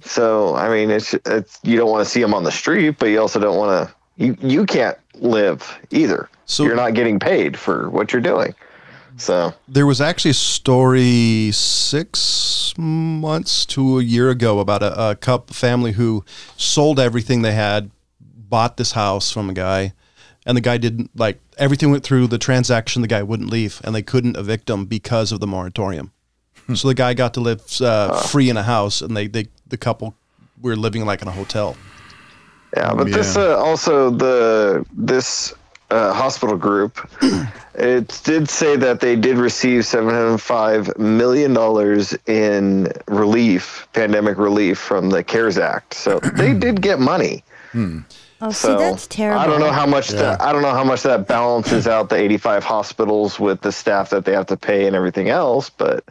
Speaker 4: So, I mean, it's, it's you don't want to see them on the street, but you also don't want to you you can't live either.
Speaker 1: So-
Speaker 4: So you're not getting paid for what you're doing. So
Speaker 1: there was actually a story six months to a year ago about a, a couple family who sold everything they had, bought this house from a guy, and the guy didn't like everything went through the transaction. The guy wouldn't leave, and they couldn't evict him because of the moratorium. so the guy got to live uh, free in a house, and they, they the couple were living like in a hotel.
Speaker 4: yeah, but this
Speaker 2: Yeah.
Speaker 4: uh, also the this uh, hospital group it did say that they did receive 705 million dollars in relief, pandemic relief from the CARES Act. So they did get money.
Speaker 3: Oh,
Speaker 4: So
Speaker 3: see, that's terrible.
Speaker 4: I don't know how much that I don't know how much that balances out the 85 hospitals with the staff that they have to pay and everything else, but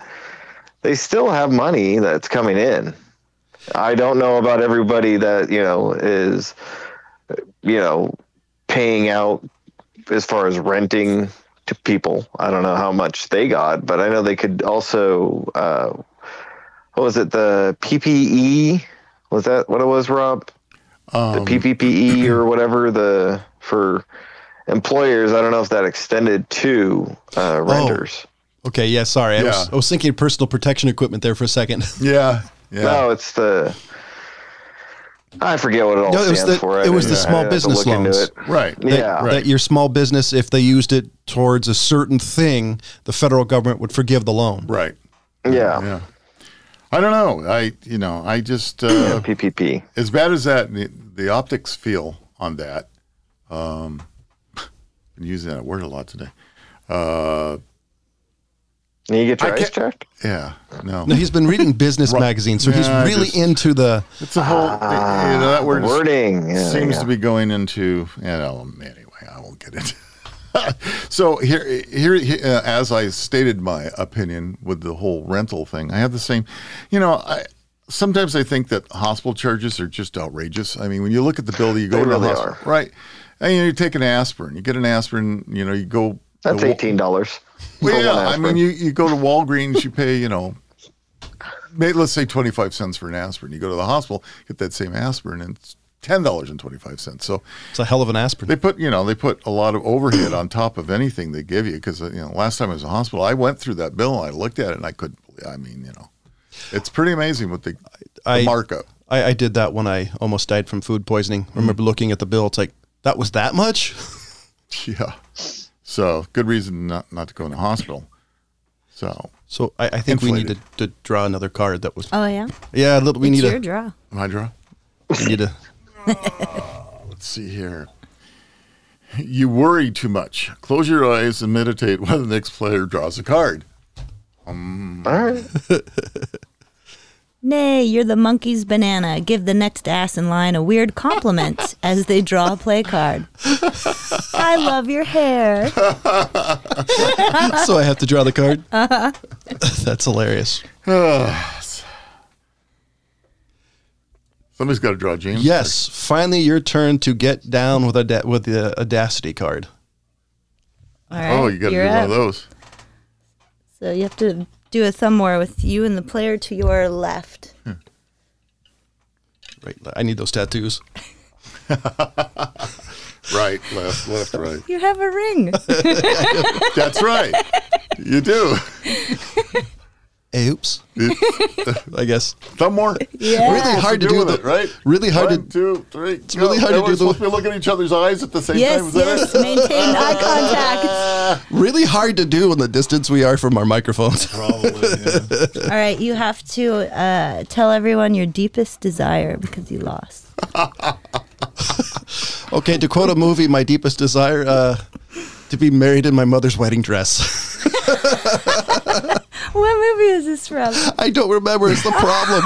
Speaker 4: they still have money that's coming in. I don't know about everybody that you know is you know paying out as far as renting to people. I don't know how much they got, but I know they could also uh, what was it the PPE was that what it was, Rob?
Speaker 1: Um,
Speaker 4: the PPPE E
Speaker 1: E.
Speaker 4: or whatever the for employers. I don't know if that extended to
Speaker 1: Oh,
Speaker 4: uh, renters.
Speaker 1: Okay, yeah, sorry, I, was,
Speaker 2: Yeah.
Speaker 1: I was thinking personal protection equipment there for a second.
Speaker 2: Yeah, yeah.
Speaker 4: No, it's the I forget what it all
Speaker 1: No, it was
Speaker 4: stands
Speaker 1: the-
Speaker 4: for. I
Speaker 1: it was the
Speaker 4: didn't-
Speaker 1: small
Speaker 4: I'd have to
Speaker 1: business
Speaker 4: look into
Speaker 1: loans.
Speaker 4: it.
Speaker 2: Right.
Speaker 1: that,
Speaker 4: Yeah.
Speaker 1: that your small business, if they used it towards a certain thing, the federal government would forgive the loan.
Speaker 2: Right.
Speaker 4: Yeah.
Speaker 2: Yeah. I don't know. I you know, I just uh,
Speaker 4: PPP.
Speaker 2: as bad as that, the, the optics feel on that. Um, been using that word a lot today. Uh,
Speaker 4: And you get
Speaker 2: I
Speaker 4: your ice
Speaker 2: can't-
Speaker 4: checked.
Speaker 2: yeah, no,
Speaker 1: No, he's been reading business magazine, so he's
Speaker 2: Yeah, I
Speaker 1: really
Speaker 2: just-
Speaker 1: into the.
Speaker 2: it's a whole. you know, that word is-
Speaker 4: Wording yeah,
Speaker 2: seems
Speaker 4: yeah.
Speaker 2: to be going into you know anyway i won't get it so here here uh, as i stated my opinion with the whole rental thing i have the same you know i sometimes i think that hospital charges are just outrageous i mean when you look at the bill that you go
Speaker 4: They
Speaker 2: to
Speaker 4: really
Speaker 2: the hospital right and you, know, you take an aspirin you get an aspirin you know you go
Speaker 4: That's
Speaker 2: the wa-
Speaker 4: eighteen dollars.
Speaker 2: well, yeah, I mean, you, you go to Walgreens, you pay, you know, may- let's say 25 cents for an aspirin. You go to the hospital, get that same aspirin, and it's $10.25. So
Speaker 1: It's a hell of an aspirin.
Speaker 2: they put, you know, they put a lot of overhead on top of anything they give you because, you know, last time I was in the hospital, I went through that bill and I looked at it and I couldn't believe, I mean, you know, it's pretty amazing what the, the
Speaker 1: I-
Speaker 2: markup.
Speaker 1: I, I did that when I almost died from food poisoning. I
Speaker 2: Mm.
Speaker 1: remember looking at the bill. It's like that was that much.
Speaker 2: Yeah. So good reason not, not to go in the hospital. So
Speaker 1: So I, I think we
Speaker 2: Inflated.
Speaker 1: need to, to draw another card. That was
Speaker 3: Oh yeah,
Speaker 1: yeah. a little- We
Speaker 3: it's
Speaker 1: need
Speaker 3: your
Speaker 1: a
Speaker 3: draw.
Speaker 2: my draw.
Speaker 1: we need a
Speaker 2: Let's see here. You worry too much. Close your eyes and meditate while the next player draws a card.
Speaker 4: All right.
Speaker 3: Nay, you're the monkey's banana. Give the next ass in line a weird compliment as they draw a play card. I love your hair.
Speaker 1: so I have to draw the card.
Speaker 3: Uh-huh.
Speaker 1: That's hilarious.
Speaker 2: Somebody's got to draw James.
Speaker 1: Yes, finally your turn to get down with a da- with the audacity card.
Speaker 3: All
Speaker 2: Oh,
Speaker 3: right,
Speaker 2: you got to do
Speaker 3: you're
Speaker 2: one of
Speaker 3: up.
Speaker 2: those.
Speaker 3: So you have to do a thumb war with you and the player to your left.
Speaker 1: Right, I need those tattoos.
Speaker 2: Right, left, left, right.
Speaker 3: You have a ring.
Speaker 2: That's right. You do.
Speaker 1: Hey, oops, I guess.
Speaker 2: Some more.
Speaker 3: Yeah.
Speaker 1: Really hard to
Speaker 2: do
Speaker 1: do
Speaker 2: with
Speaker 1: the
Speaker 2: it, right?
Speaker 1: Really hard
Speaker 2: One,
Speaker 1: to.
Speaker 2: two, three. It's
Speaker 1: really hard to do the-
Speaker 2: supposed to be looking at each other's eyes at the same time.
Speaker 3: yes,
Speaker 2: Is that
Speaker 3: yes.
Speaker 2: it?
Speaker 3: Maintain eye contact.
Speaker 1: Really hard to do in the distance we are from our microphones.
Speaker 3: All right, you have to uh, tell everyone your deepest desire because you lost.
Speaker 1: okay, to quote a movie, my deepest desire uh, to be married in my mother's wedding dress.
Speaker 3: What movie is this from?
Speaker 1: I don't remember. It's the problem.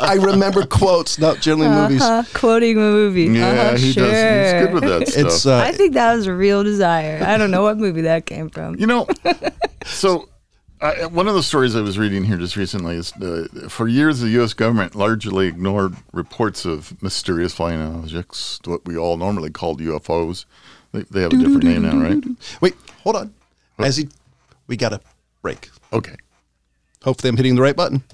Speaker 1: I remember quotes, not generally movies.
Speaker 6: Uh, quoting a movie.
Speaker 2: Yeah,
Speaker 6: Uh-huh,
Speaker 2: he
Speaker 6: sure.
Speaker 2: does. He's good with that stuff.
Speaker 1: It's uh,
Speaker 6: I think that was a real desire. I don't know what movie that came from.
Speaker 2: You know, so I, one of the stories I was reading here just recently is uh, for years the U.S. government largely ignored reports of mysterious flying objects, what we all normally called UFOs. They, they have a different name now, right?
Speaker 1: wait, hold on. As he, we got a break.
Speaker 2: Okay.
Speaker 1: Hopefully, I'm hitting the right button.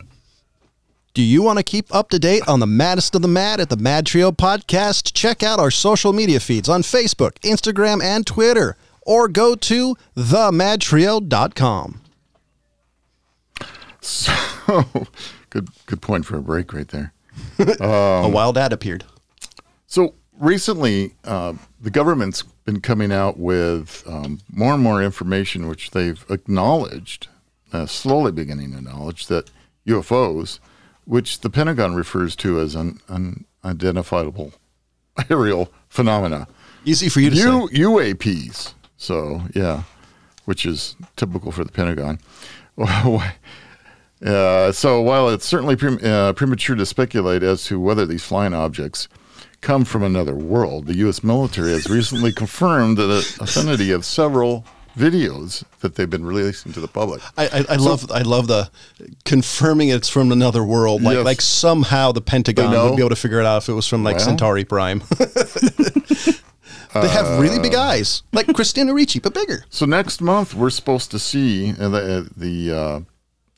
Speaker 1: Do you want to keep up to date on the maddest of the mad at the Mad Trio podcast? Check out our social media feeds on Facebook, Instagram, and Twitter, or go to themadtrio.com.
Speaker 2: So good, good point for a break right there.
Speaker 1: a wild ad appeared.
Speaker 2: So recently, uh, the government's been coming out with um, more and more information, which they've acknowledged, uh, slowly beginning to acknowledge that UFOs, which the Pentagon refers to as un- unidentifiable aerial phenomena,
Speaker 1: Easy for you to
Speaker 2: U-
Speaker 1: say.
Speaker 2: UAPs. So yeah, which is typical for the Pentagon. Uh, so while it's certainly prem- uh, premature to speculate as to whether these flying objects come from another world, the U.S. military has recently confirmed the affinity of several videos that they've been releasing to the public.
Speaker 1: I, I, I love I love the confirming it's from another world. Like
Speaker 2: Yes.
Speaker 1: like somehow the Pentagon
Speaker 2: They know.
Speaker 1: would be able to figure it out if it was from like
Speaker 2: Well.
Speaker 1: Centauri Prime. they have really
Speaker 2: Uh.
Speaker 1: big eyes, like Christina Ricci, but bigger.
Speaker 2: So next month we're supposed to see uh, the uh, the, uh,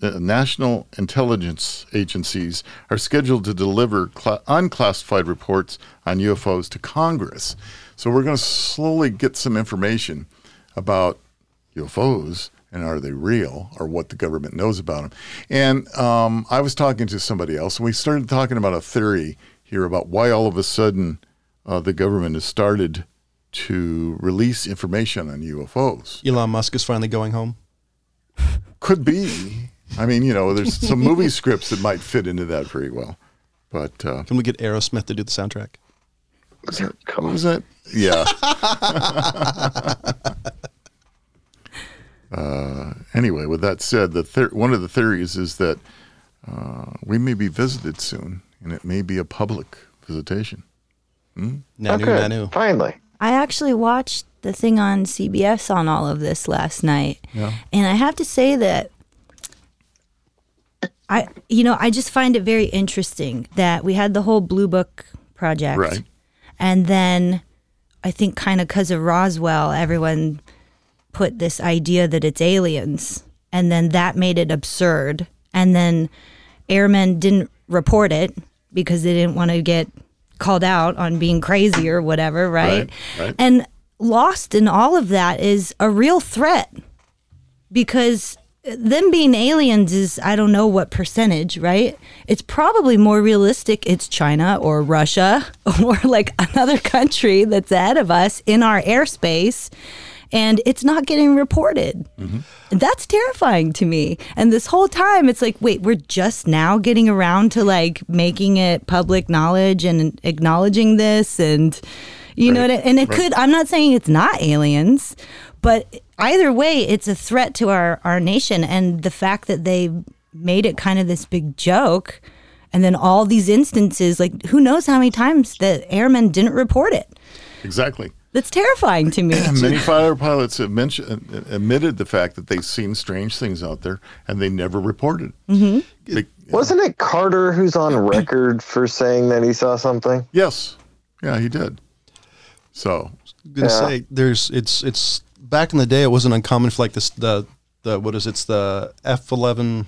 Speaker 2: the national intelligence agencies are scheduled to deliver cla- unclassified reports on UFOs to Congress. So we're going to slowly get some information about UFOs and are they real or what the government knows about them. And um, I was talking to somebody else and we started talking about a theory here about why all of a sudden uh, the government has started to release information on UFOs.
Speaker 1: Elon Musk is finally going home.
Speaker 2: Could be. I mean, you know, there's some movie scripts that might fit into that pretty well. But uh,
Speaker 1: Can we get Aerosmith to do the soundtrack?
Speaker 2: what
Speaker 4: Come
Speaker 2: was that? Yeah. uh, Uh, anyway, with that said, the ther- one of the theories is that uh, we may be visited soon, and it may be a public visitation.
Speaker 1: Nanu,
Speaker 4: Okay,
Speaker 1: Nanu.
Speaker 4: Finally.
Speaker 3: I actually watched the thing on CBS on all of this last night. And I have to say that I you know, I just find it very interesting that we had the whole blue book project.
Speaker 2: Right.
Speaker 3: And then I think kind of cuz of Roswell everyone put this idea that it's aliens and then that made it absurd. And then airmen didn't report it because they didn't want to get called out on being crazy or whatever, right?
Speaker 2: Right, right.
Speaker 3: And lost in all of that is a real threat because them being aliens is I don't know what percentage, right? It's probably more realistic it's China or Russia or like another country that's ahead of us in our airspace and it's not getting reported. That's terrifying to me. And this whole time, it's like, wait, we're just now getting around to like making it public knowledge and acknowledging this. And you know what? I, and it could, I'm not saying it's not aliens, but either way, it's a threat to our, our nation. And the fact that they made it kind of this big joke And then all these instances, like who knows how many times the airmen didn't report it.
Speaker 2: Exactly.
Speaker 3: That's terrifying to me.
Speaker 2: Many fighter pilots have mentioned, admitted the fact that they've seen strange things out there and they never reported. Mm-hmm.
Speaker 4: Wasn't it Carter who's on record for saying that he saw something?
Speaker 2: yes, yeah, he did. So
Speaker 1: gonna
Speaker 4: Yeah.
Speaker 1: say there's it's it's back in the day it wasn't uncommon for like this the the what is it, it's the F eleven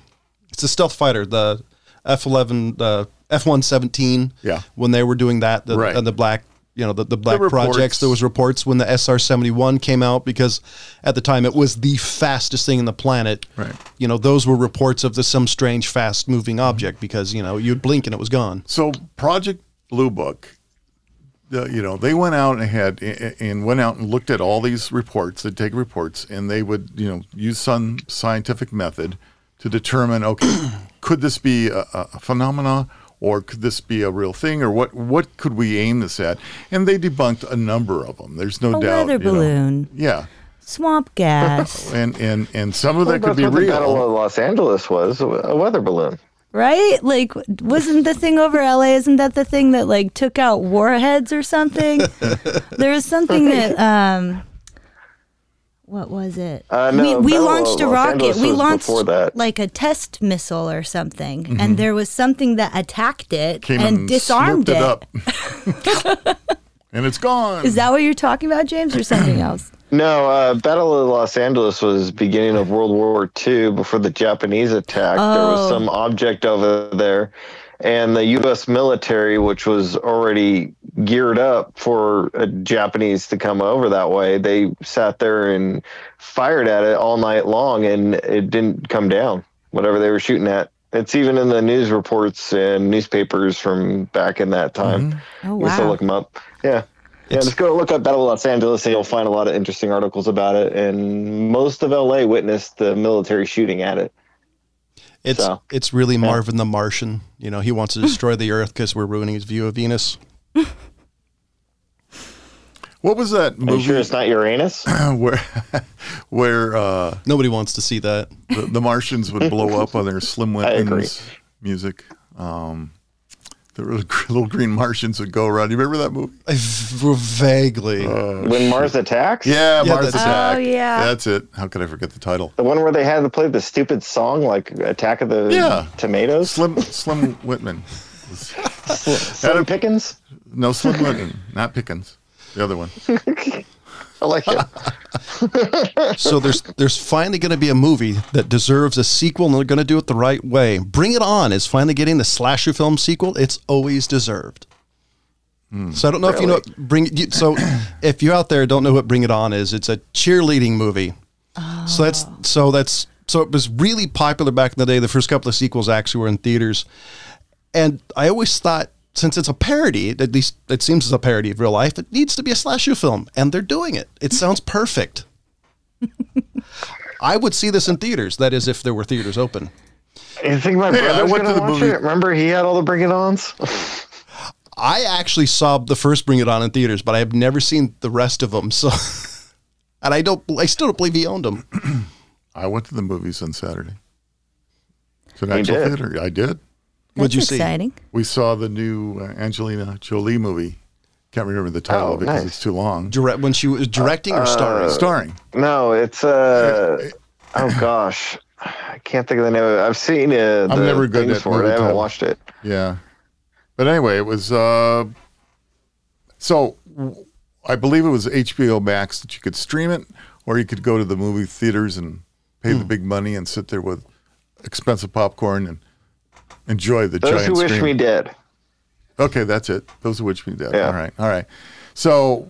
Speaker 1: it's the stealth fighter the F eleven the F one seventeen
Speaker 2: Yeah.
Speaker 1: when they were doing that the,
Speaker 2: Right.
Speaker 1: and the black you know the, the black
Speaker 2: reports.
Speaker 1: projects there was reports when the SR seventy one came out because at the time it was the fastest thing in the planet
Speaker 2: Right.
Speaker 1: you know those were reports of the some strange fast moving object because you know you'd blink and it was gone
Speaker 2: So Project Blue Book, the, you know, they went out and had and went out and looked at all these reports. They'd take reports and they would, you know, use some scientific method to determine, okay, could this be a, a a phenomena or could this be a real thing or what what could we aim this at? And they debunked a number of them. There's no
Speaker 3: A
Speaker 2: doubt.
Speaker 3: weather
Speaker 2: you know.
Speaker 3: balloon,
Speaker 2: Yeah.
Speaker 3: swamp gas,
Speaker 2: And and and some of that
Speaker 4: Well,
Speaker 2: could
Speaker 4: that's
Speaker 2: be
Speaker 4: what The Battle
Speaker 2: real.
Speaker 4: of Los Angeles was a weather balloon.
Speaker 3: right? Like, wasn't the thing over LA? Isn't that the thing that like took out warheads or something? there was something that. um what was it?
Speaker 4: Uh, no,
Speaker 3: we we
Speaker 4: Battle of
Speaker 3: launched a
Speaker 4: Los
Speaker 3: rocket.
Speaker 4: Angeles
Speaker 3: We
Speaker 4: was
Speaker 3: launched
Speaker 4: before that. Mm-hmm.
Speaker 3: like a test missile or something, and there was something that attacked it
Speaker 2: Came
Speaker 3: and,
Speaker 2: and
Speaker 3: disarmed
Speaker 2: slurped it up. and it's gone.
Speaker 3: Is that what you're talking about, James, or something else?
Speaker 4: No, uh, Battle of Los Angeles was beginning of World War II before the Japanese attack. There was some object over there, and the U.S. military, which was already geared up for uh, Japanese to come over that way, they sat there and fired at it all night long, and it didn't come down. Whatever they were shooting at, it's even in the news reports and newspapers from back in that time.
Speaker 3: Oh
Speaker 4: You can still
Speaker 3: wow!
Speaker 4: look them up. Yeah. Yeah, just go look up Battle of Los Angeles and you'll find a lot of interesting articles about it. And most of LA witnessed the military shooting at it.
Speaker 1: It's
Speaker 4: So-
Speaker 1: it's really Marvin the Martian. You know, he wants to destroy the Earth because we're ruining his view of Venus.
Speaker 2: What was that
Speaker 4: Are you
Speaker 2: movie
Speaker 4: sure it's not Uranus?
Speaker 2: where where uh,
Speaker 1: Nobody wants to see that.
Speaker 2: the, the Martians would blow up on their Slim
Speaker 4: agree.
Speaker 2: Whitman's music? Um, the little, little green Martians would go around. You remember that movie?
Speaker 1: I v- vaguely.
Speaker 2: Uh,
Speaker 4: when Mars attacks?
Speaker 2: Yeah,
Speaker 1: Yeah,
Speaker 2: Mars
Speaker 1: that's-
Speaker 2: Attack.
Speaker 3: Oh, yeah.
Speaker 2: that's it. How could I forget the title?
Speaker 4: The one where they had to play the stupid song like Attack of the
Speaker 2: Yeah.
Speaker 4: Tomatoes?
Speaker 2: Slim Slim Whitman. was-
Speaker 4: Slim, Slim Pickens?
Speaker 2: No, Slim Whitman, not Pickens. The other one.
Speaker 4: I like it.
Speaker 1: so there's there's finally going to be a movie that deserves a sequel, and they're going to do it the right way. Bring It On is finally getting the slasher film sequel. It's always deserved. So I don't know if you know what Bring you, so if you out there don't know what Bring It On is, it's a cheerleading movie. So that's so that's so it was really popular back in the day. The first couple of sequels actually were in theaters, and I always thought since it's a parody, at least it seems it's a parody of real life, it needs to be a slasher film, and they're doing it. It sounds perfect. I would see this in theaters. That is, if there were theaters open.
Speaker 4: You think my
Speaker 2: I
Speaker 4: brother's
Speaker 2: went
Speaker 4: going
Speaker 2: to
Speaker 4: to
Speaker 2: the
Speaker 4: watch
Speaker 2: movie.
Speaker 4: it? Remember he had all the Bring It Ons?
Speaker 1: I actually saw the first Bring It On in theaters, but I have never seen the rest of them. So, and I don't, I still don't believe he owned them.
Speaker 2: I went to the movies on Saturday. It's an
Speaker 4: You
Speaker 2: actual
Speaker 4: did?
Speaker 2: theater. I did.
Speaker 1: What'd
Speaker 3: That's
Speaker 1: you see?
Speaker 3: exciting.
Speaker 2: We saw the new uh, Angelina Jolie movie. Can't remember the title
Speaker 4: Oh,
Speaker 2: because
Speaker 4: nice.
Speaker 2: it's too long.
Speaker 1: Direct when she was directing or starring.
Speaker 2: Starring
Speaker 4: No, it's uh oh gosh, I can't think of the name. Of it. I've seen uh, the
Speaker 2: I'm never good
Speaker 4: things
Speaker 2: at
Speaker 4: for it.
Speaker 2: movie
Speaker 4: I haven't
Speaker 2: title.
Speaker 4: watched it.
Speaker 2: Yeah. But anyway, it was uh so w- I believe it was HBO Max that you could stream it or you could go to the movie theaters and pay
Speaker 4: Hmm.
Speaker 2: the big money and sit there with expensive popcorn and enjoy the
Speaker 4: Those
Speaker 2: giant
Speaker 4: who wish
Speaker 2: screen.
Speaker 4: me dead.
Speaker 2: Okay, that's it. Those are which we did.
Speaker 4: Yeah.
Speaker 2: All right. All right. So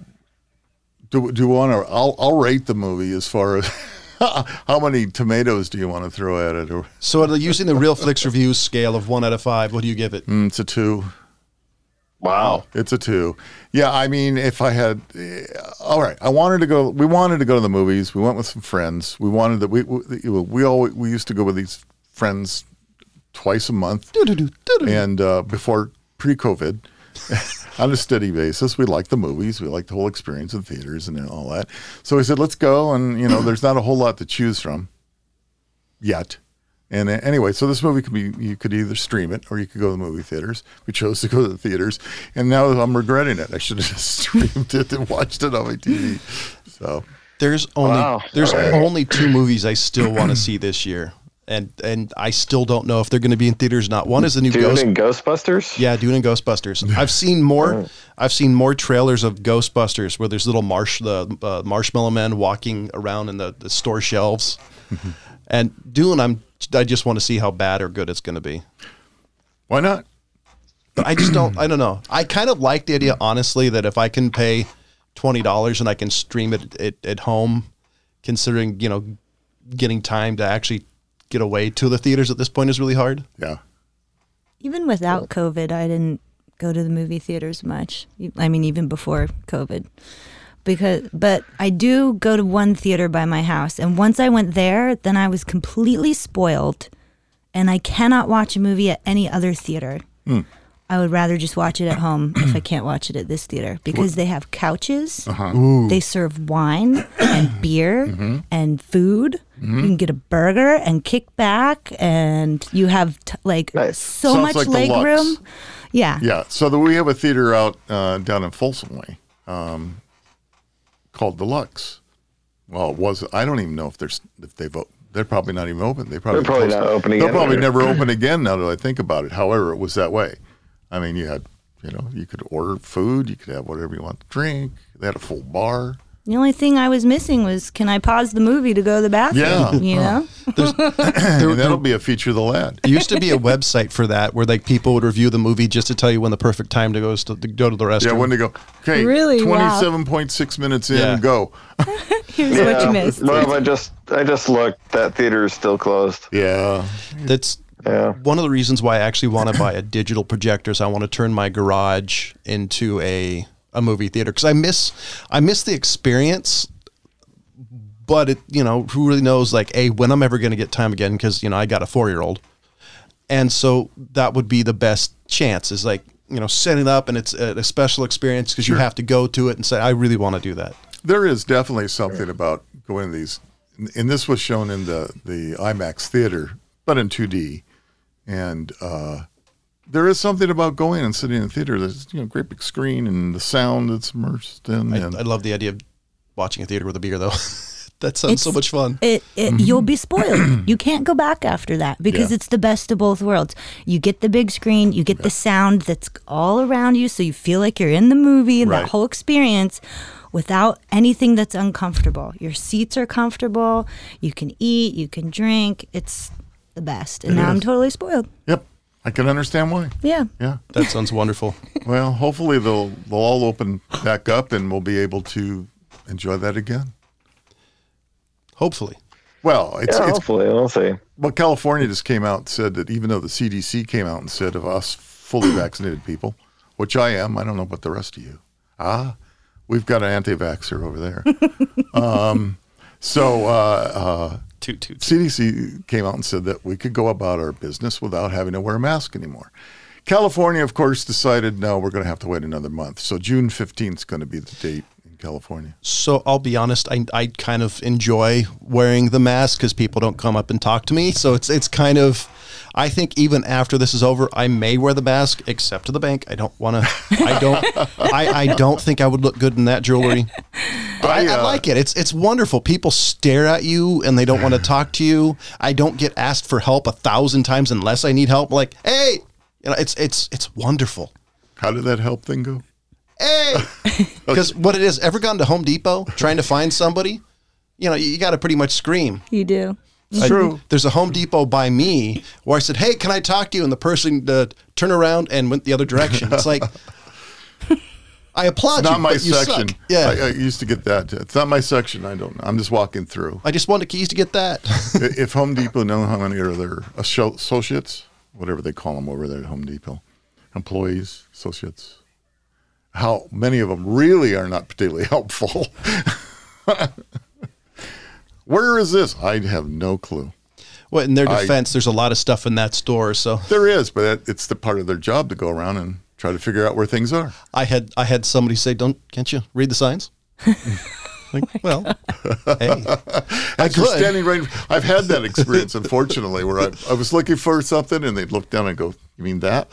Speaker 2: do do you want to I'll I'll rate the movie as far as how many tomatoes do you want to throw at it or
Speaker 1: So, at- using the Real Flicks reviews scale of one out of five, what do you give it?
Speaker 2: Mm, it's a 2.
Speaker 4: Wow.
Speaker 2: It's a two. Yeah, I mean, if I had, eh, all right, I wanted to go. We wanted to go to the movies. We went with some friends. We wanted that. We we we all we used to go with these friends twice a month,
Speaker 1: Doo-doo-doo, doo-doo-doo.
Speaker 2: and uh, before pre-COVID, on a steady basis, we liked the movies. We liked the whole experience in theaters and all that. So we said, let's go. And you know, there's not a whole lot to choose from yet. And uh, anyway, so this movie could be you could either stream it or you could go to the movie theaters. We chose to go to the theaters, and now I'm regretting it. I should have just streamed it and watched it on my TV. So
Speaker 1: There's only
Speaker 4: Wow.
Speaker 1: there's
Speaker 4: Okay.
Speaker 1: only two movies I still want to see this year, and and I still don't know if they're going to be in theaters or not. One is the new
Speaker 4: Dune
Speaker 1: Ghost.
Speaker 4: and Ghostbusters.
Speaker 1: Yeah, Dune and Ghostbusters. I've seen more. I've seen more trailers of Ghostbusters where there's little marsh the uh, marshmallow men walking around in the, the store shelves. and Dune, I'm I just want to see how bad or good it's going to be.
Speaker 2: why not?
Speaker 1: But I just don't. I don't know. I kind of like the idea, honestly, that if I can pay twenty dollars and I can stream it at, at home, considering you know getting time to actually get away to the theaters at this point is really hard.
Speaker 2: Yeah,
Speaker 3: Even without COVID, I didn't go to the movie theaters much. E, I mean, even before COVID. Because, but I do go to one theater by my house. And once I went there, then I was completely spoiled. And I cannot watch a movie at any other theater. I would rather just watch it at home if I can't watch it at this theater because they have couches. They serve wine and beer and food. You can get a burger and kick back, and you have t- like
Speaker 4: Nice.
Speaker 3: so
Speaker 2: Sounds
Speaker 3: much
Speaker 2: like the
Speaker 3: leg
Speaker 2: Lux.
Speaker 3: room. Yeah.
Speaker 2: yeah. So the, we have a theater out uh, down in Folsom Way um, called the Lux. Well, it was I don't even know if there's if they vote. They're probably not even open. They probably
Speaker 4: They're probably
Speaker 2: closed-
Speaker 4: not open
Speaker 2: They'll
Speaker 4: again
Speaker 2: probably
Speaker 4: either.
Speaker 2: never open again. Now that I think about it, however, it was that way. I mean, you had you know you could order food, you could have whatever you want to drink. They had a full bar.
Speaker 3: The only thing I was missing was can I pause the movie to go to the bathroom?
Speaker 2: Yeah.
Speaker 3: You know?
Speaker 1: There,
Speaker 2: And that'll be a feature of the lad.
Speaker 1: there used to be a website for that where like people would review the movie just to tell you when the perfect time to go is to, to go to the restroom.
Speaker 2: Yeah, when to go? Okay,
Speaker 3: Really? Wow.
Speaker 2: Twenty-seven point six minutes in,
Speaker 1: Yeah.
Speaker 2: go.
Speaker 3: Here's what you missed.
Speaker 4: Rob, I just I just looked. That theater is still closed.
Speaker 2: Yeah,
Speaker 1: That's
Speaker 4: Yeah.
Speaker 1: one of the reasons why I actually want to buy a digital projector. Is I want to turn my garage into a a movie theater because I miss I miss the experience. But it, you know, who really knows? Like, a when I'm ever going to get time again? Because you know, I got a four year old, and so that would be the best chance. Is like you know, setting up and it's a, a special experience because you have to go to it and say, I really want to do that.
Speaker 2: there is definitely something about going to these, and this was shown in the the IMAX theater, but in two D, and uh, there is something about going and sitting in the theater. There's you know great big screen and the sound that's immersed in. and
Speaker 1: I love the idea of watching a theater with a beer, though. that sounds so
Speaker 3: It's-
Speaker 1: much fun.
Speaker 3: It, it you'll be spoiled. you can't go back after that because
Speaker 2: Yeah.
Speaker 3: it's the best of both worlds. You get the big screen, you get the sound that's all around you, so you feel like you're in the movie and
Speaker 2: Right.
Speaker 3: that whole experience without anything that's uncomfortable. Your seats are comfortable. You can eat. You can drink. It's the best. And now I'm totally spoiled.
Speaker 2: yep, I can understand why.
Speaker 3: Yeah.
Speaker 2: Yeah.
Speaker 1: That sounds wonderful.
Speaker 2: Well, hopefully they'll they'll all open back up and we'll be able to enjoy that again.
Speaker 1: Hopefully.
Speaker 2: Well, it's
Speaker 4: Yeah,
Speaker 2: it's
Speaker 4: hopefully, we'll see.
Speaker 2: Well, California just came out and said that even though the CDC came out and said of us fully vaccinated people, which I am, I don't know about the rest of you. Ah, we've got an anti-vaxxer over there. um, so uh, uh,
Speaker 1: Toot, toot,
Speaker 2: CDC came out and said that we could go about our business without having to wear a mask anymore. California, of course, decided no, we're going to have to wait another month. So June 15th is going to be the date in California.
Speaker 1: So I'll be honest, I, I kind of enjoy wearing the mask because people don't come up and talk to me. So it's it's kind of, I think even after this is over, I may wear the mask except to the bank. I don't want to. I don't. I, I don't think I would look good in that jewelry. But I, I,
Speaker 2: I, uh,
Speaker 1: like it. It's it's wonderful. People stare at you and they don't want to talk to you. I don't get asked for help a thousand times unless I need help. Like hey, you know, it's it's it's wonderful.
Speaker 2: How did that help thing go?
Speaker 1: hey because what it is ever gone to home depot trying to find somebody you know you, got to pretty much scream
Speaker 3: You do.
Speaker 1: I- there's a home depot by me where i said hey can i talk to you and the person uh, turned around and went the other direction it's like i applaud you
Speaker 2: not my
Speaker 1: but you suck.
Speaker 2: section.
Speaker 1: yeah
Speaker 2: I, I used to get that. It's not my section. I don't. know. I'm just walking through.
Speaker 1: I, just wanted keys to get that
Speaker 2: I- if Home Depot know how many are their asso- associates, whatever they call them over there at Home Depot, employees, associates, how many of them really are not particularly helpful. Where is this? I have no clue.
Speaker 1: well in their
Speaker 2: I-
Speaker 1: defense there's a lot of stuff in that store so
Speaker 2: There is, but that, it's the part of their job to go around and try to figure out where things are.
Speaker 1: i had i had somebody say don't can't you read the signs Like, well,
Speaker 2: Oh
Speaker 1: hey, I
Speaker 2: As you're
Speaker 1: could.
Speaker 2: standing right. I've had that experience, unfortunately, where I, I was looking for something and they'd look down and go, "You mean that?"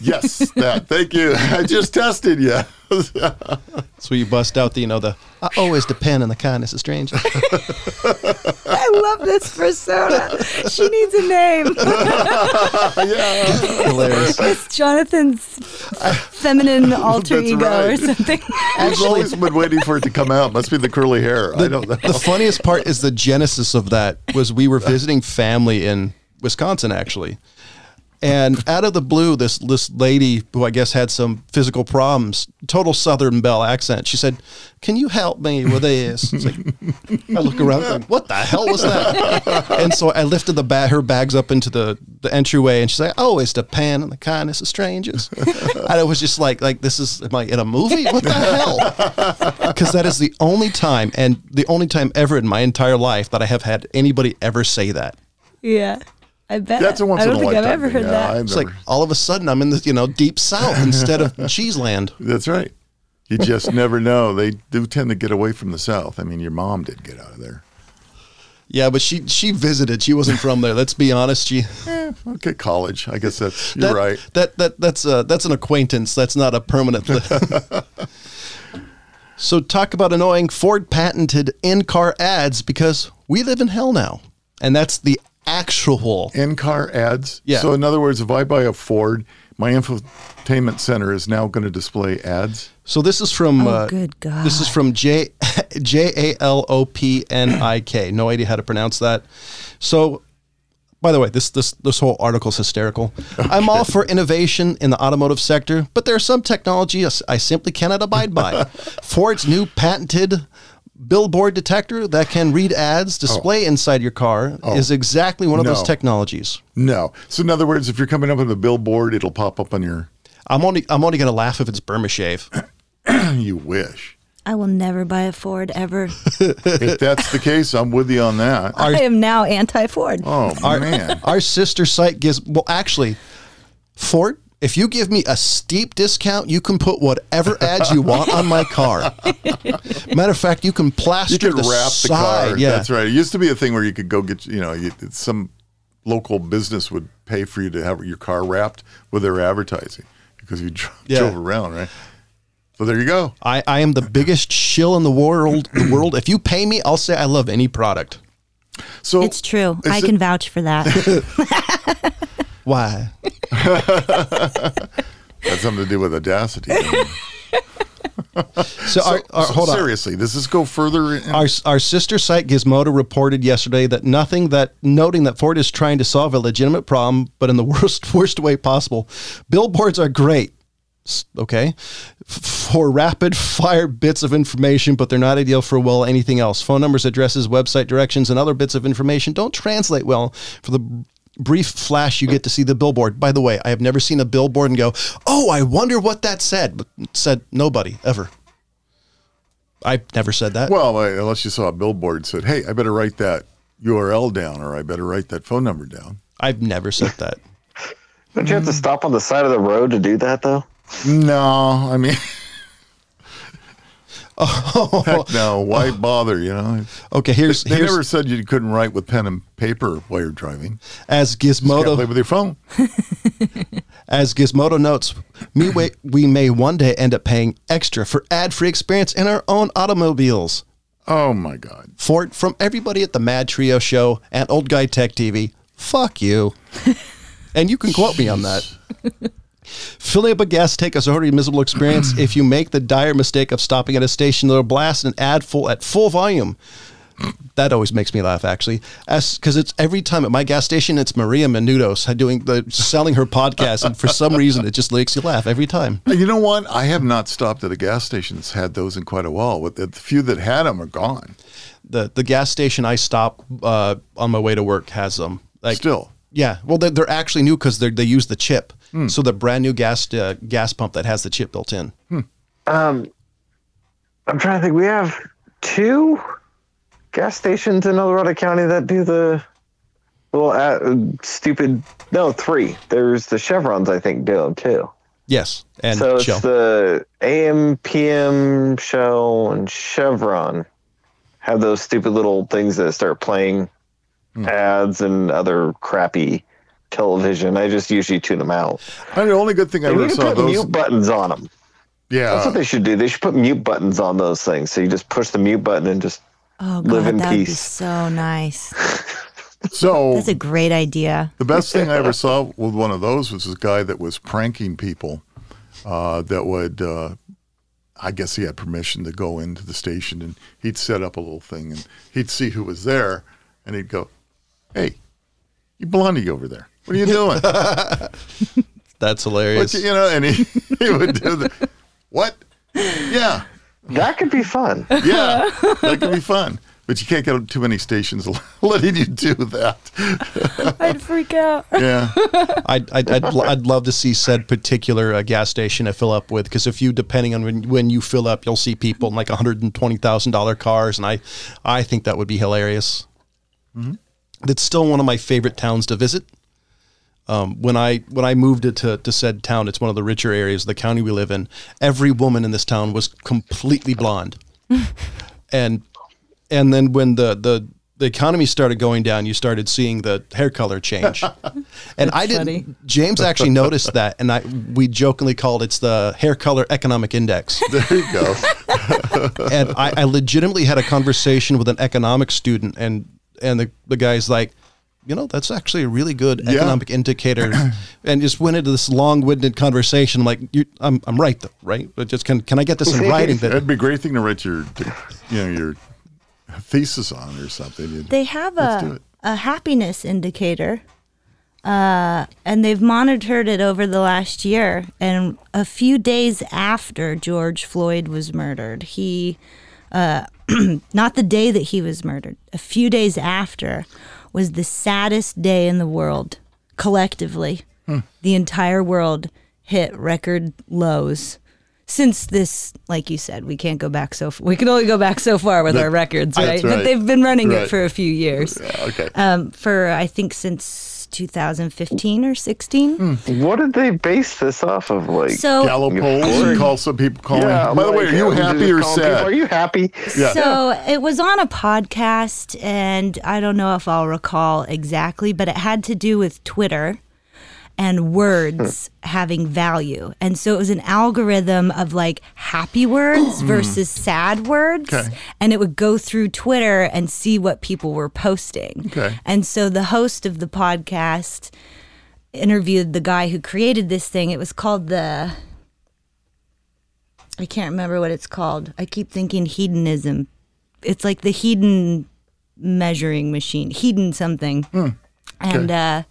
Speaker 2: yes, that. Thank you. I just tested you.
Speaker 1: That's where you bust out the, you know, the I always depend on the kindness of strangers.
Speaker 6: I love this persona. She needs a name.
Speaker 2: yeah.
Speaker 1: Hilarious.
Speaker 6: It's Jonathan's feminine alter
Speaker 2: That's
Speaker 6: ego or
Speaker 2: right.
Speaker 6: something.
Speaker 2: I've always been waiting for it to come out. Must be the curly hair. I don't know.
Speaker 1: The funniest part is the genesis of that was we were visiting family in Wisconsin actually. And out of the blue, this this lady who I guess had some physical problems, total Southern Belle accent, she said, "Can you help me with this?" It's like, I look around, like, what the hell was that? and so I lifted the ba- her bags up into the, the entryway, and she's like, "Oh, it's the pan and the kindness of strangers." and I was just like, "Like this is am I in a movie? What the hell?" Because that is the only time, and the only time ever in my entire life that I have had anybody ever say that.
Speaker 6: yeah. I bet.
Speaker 2: That's a once
Speaker 6: I
Speaker 2: in
Speaker 6: don't
Speaker 2: a
Speaker 6: think
Speaker 2: lifetime.
Speaker 6: I've ever heard
Speaker 2: thing. yeah,
Speaker 6: that.
Speaker 2: I've
Speaker 1: It's
Speaker 2: never-
Speaker 1: like all of a sudden I'm in the you know deep south instead of Cheeseland.
Speaker 2: That's right. You just never know. They do tend to get away from the South. I mean, your mom did get out of there.
Speaker 1: Yeah, but she she visited. She wasn't from there. Let's be honest. She
Speaker 2: Okay, college. I guess that's you're
Speaker 1: that,
Speaker 2: right.
Speaker 1: That that that's a that's an acquaintance. That's not a permanent. Li- so talk about annoying Ford patented in-car ads because we live in hell now, and that's the actual.
Speaker 2: In car ads.
Speaker 1: Yeah.
Speaker 2: So in other words, if I buy a Ford, my infotainment center is now going to display ads.
Speaker 1: So this is from. uh,
Speaker 6: good God.
Speaker 1: This is from J J A L O P N I K. No idea how to pronounce that. So by the way, this this this whole article's hysterical. I'm all for innovation in the automotive sector, but there are some technologies I simply cannot abide by. Ford's new patented billboard detector that can read ads display inside your car is exactly one of those
Speaker 2: No.
Speaker 1: technologies.
Speaker 2: No. So in other words, if you're coming up with a billboard, it'll pop up on your.
Speaker 1: I'm only I'm only gonna laugh if it's Burma Shave.
Speaker 2: You wish.
Speaker 6: I will never buy a Ford ever.
Speaker 2: If that's the case, I'm with you on that.
Speaker 6: I am now anti Ford.
Speaker 2: Oh man.
Speaker 1: Our sister site gives well actually Ford if you give me a steep discount, you can put whatever ads you want on my car. Matter of fact, you can plaster
Speaker 2: You could
Speaker 1: the
Speaker 2: wrap the
Speaker 1: side.
Speaker 2: car.
Speaker 1: Yeah,
Speaker 2: That's right. It used to be a thing where you could go get, you know, you, some local business would pay for you to have your car wrapped with their advertising because you dro-
Speaker 1: Yeah.
Speaker 2: drove around, right? So there you go.
Speaker 1: I, I am the biggest shill in the world. The world. If you pay me, I'll say I love any product.
Speaker 2: So
Speaker 6: It's true.
Speaker 2: Is
Speaker 6: I
Speaker 2: it-
Speaker 6: can vouch for that.
Speaker 1: Why?
Speaker 2: That's something to do with audacity. so,
Speaker 1: So, our, our, hold on.
Speaker 2: Seriously, does this go further? In,
Speaker 1: Our, our sister site Gizmodo reported yesterday that nothing that noting that Ford is trying to solve a legitimate problem, but in the worst worst way possible. Billboards are great, s- okay, f- for rapid fire bits of information, but they're not ideal for well anything else. Phone numbers, addresses, website directions, and other bits of information don't translate well for the b- brief flash you get to see the billboard. By the way, I have never seen a billboard and go, "Oh, I wonder what that said." But said nobody ever. I've never said that.
Speaker 2: well, I- unless you saw a billboard that said, "Hey, I better write that URL down, or I better write that phone number down."
Speaker 1: I've never said that.
Speaker 4: Don't you have to stop on the side of the road to do that though?
Speaker 2: No, I mean. Heck no! Why bother? You know,
Speaker 1: Okay, here's
Speaker 2: They
Speaker 1: here's
Speaker 2: never said you couldn't write with pen and paper while you're driving.
Speaker 1: as
Speaker 2: Can't play
Speaker 1: Gizmodo
Speaker 2: with your phone.
Speaker 1: as Gizmodo notes. Me we, we may one day end up paying extra for ad-free experience in our own automobiles.
Speaker 2: Oh my God!
Speaker 1: For from everybody at the Mad Trio show and Old Guy Tech TV. Fuck you. and you can quote me on that. Filling up a gas tank is already a miserable experience if you make the dire mistake of stopping at a station that'll blast an ad full at full volume. That always makes me laugh, actually, because it's every time at my gas station, it's Maria Menudos doing the selling her podcast, and for some reason, it just makes you laugh every time.
Speaker 2: And you know what? I have not stopped at a gas station that's had those in quite a while. But the few that had them are gone.
Speaker 1: the The gas station I stop uh, on my way to work has them. Like
Speaker 2: Still,
Speaker 1: Yeah, well, they're, they're actually new because they they use the chip. So the brand new gas uh, gas pump that has the chip built in.
Speaker 4: Um, I'm trying to think. We have two gas stations in El Dorado County that do the little uh, stupid. No, three. There's the Chevrons, I think, do them too.
Speaker 1: Yes, and
Speaker 4: so it's uh,
Speaker 1: Shell.
Speaker 4: the AM, PM, Shell, and Chevron have those stupid little things that start playing
Speaker 2: Hmm.
Speaker 4: ads and other crappy television. I just usually tune them out.
Speaker 2: And the only good thing I
Speaker 4: They
Speaker 2: ever
Speaker 4: need to
Speaker 2: saw
Speaker 4: put
Speaker 2: those.
Speaker 4: mute buttons on them. That's
Speaker 2: Yeah,
Speaker 4: what they should do. They should put mute buttons on those things. So you just push the mute button and just
Speaker 3: Oh god,
Speaker 4: Live in
Speaker 3: that would be
Speaker 4: peace.
Speaker 3: so nice.
Speaker 2: so
Speaker 3: That's a great idea.
Speaker 2: The best thing I ever saw with one of those was this guy that was pranking people. Uh, that would, uh, I guess, he had permission to go into the station, and he'd set up a little thing, and he'd see who was there, and he'd go, "Hey, you blondie over there, what are you doing?"
Speaker 1: That's
Speaker 2: What
Speaker 1: hilarious.
Speaker 2: you, you know, and he, he would do the, "What? Yeah,
Speaker 4: that could be fun.
Speaker 2: yeah, that could be fun." But you can't get too many stations letting you do that.
Speaker 3: I'd freak out.
Speaker 2: Yeah.
Speaker 1: I'd, I'd, I'd, lo- I'd love to see said particular uh, gas station to fill up with because if you depending on when, when you fill up you'll see people in like $120000 cars and i i think that would be hilarious it's still one of my favorite towns to visit um, when i when i moved it to, to said town it's one of the richer areas of the county we live in every woman in this town was completely blonde and and then when the the the economy started going down, you started seeing the hair color change. and I didn't.
Speaker 3: funny.
Speaker 1: James actually noticed that, and I we jokingly called it's the hair color economic index.
Speaker 2: There you go.
Speaker 1: and I, I legitimately had a conversation with an economics student, and and the the guy's like. You know that's actually a really good economic indicator, and just went into this long-winded conversation. I'm like, you, I'm, I'm right though, right? But just can can I get this in writing? That
Speaker 2: That'd be a great thing to write your, you know, your thesis on or something. You'd-
Speaker 3: They have
Speaker 2: Let's do
Speaker 3: a
Speaker 2: it.
Speaker 3: a happiness indicator. Uh, and they've monitored it over the last year. And a few days after George Floyd was murdered, he, uh, not the day that he was murdered, a few days after was the saddest day in the world collectively.
Speaker 2: Hmm.
Speaker 3: The entire world hit record lows. Since this, like you said, we can't go back so. F- we can only go back so far with our records, right?
Speaker 2: That's
Speaker 3: But
Speaker 2: right.
Speaker 3: they've been running
Speaker 2: Right.
Speaker 3: it for a few years
Speaker 2: okay.
Speaker 3: um, for I think since 2015 or 16.
Speaker 2: Hmm.
Speaker 4: What did they base this off of? Like,
Speaker 3: So
Speaker 2: Gallup polls. You call some people calling.
Speaker 4: yeah.
Speaker 2: By the way,
Speaker 4: like,
Speaker 2: are you
Speaker 4: uh,
Speaker 2: happy
Speaker 4: just
Speaker 2: or
Speaker 4: calling people,
Speaker 2: sad?
Speaker 4: Are you happy?
Speaker 2: yeah.
Speaker 3: So it was on a podcast, and I don't know if I'll recall exactly, but it had to do with Twitter and words
Speaker 2: Hmm.
Speaker 3: having value. And so it was an algorithm of like happy words versus sad words.
Speaker 2: Hmm. Okay.
Speaker 3: And it would go through Twitter and see what people were posting.
Speaker 2: Okay.
Speaker 3: And so the host of the podcast interviewed the guy who created this thing. It was called the. I can't remember what it's called. I keep thinking hedonism. It's like the hedon measuring machine, hedon something. And uh,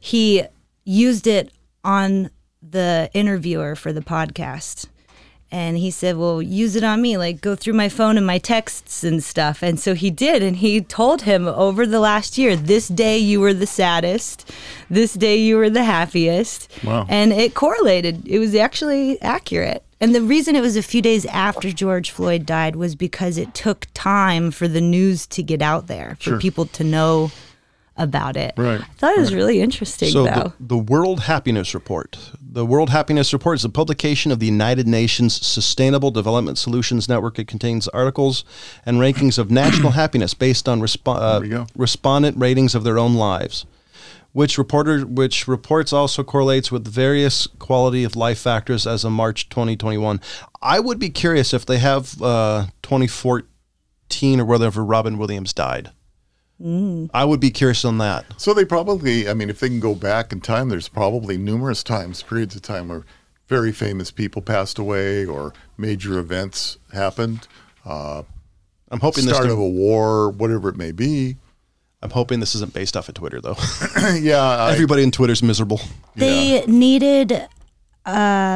Speaker 3: he used it on the interviewer for the podcast. And he said, Well, use it on me, like go through my phone and my texts and stuff. And so he did. And he told him over the last year, this day you were the saddest, this day you were the happiest.
Speaker 2: Wow.
Speaker 3: And it correlated. It was actually accurate. And the reason it was a few days after George Floyd died was because it took time for the news to get out there, for people to know about it.
Speaker 2: Right.
Speaker 3: I thought it was really interesting,
Speaker 1: So
Speaker 3: though.
Speaker 1: the, the World Happiness Report. The World Happiness Report is a publication of the United Nations Sustainable Development Solutions Network. It contains articles and rankings of national happiness based on respo-
Speaker 2: we
Speaker 1: uh,
Speaker 2: go.
Speaker 1: respondent ratings of their own lives. Which reporter which reports also correlates with various quality of life factors as of March 2021. I would be curious if they have uh, 2014 or whatever Robin Williams died.
Speaker 2: Mm.
Speaker 1: I would be curious on that.
Speaker 2: So they probably, I mean, if they can go back in time, there's probably numerous times, periods of time where very famous people passed away or major events happened, uh,
Speaker 1: I'm hoping this
Speaker 2: start
Speaker 1: to-
Speaker 2: of a war, whatever it may be.
Speaker 1: I'm hoping this isn't based off of Twitter though.
Speaker 2: yeah. I-
Speaker 1: Everybody in Twitter's miserable.
Speaker 3: they needed uh,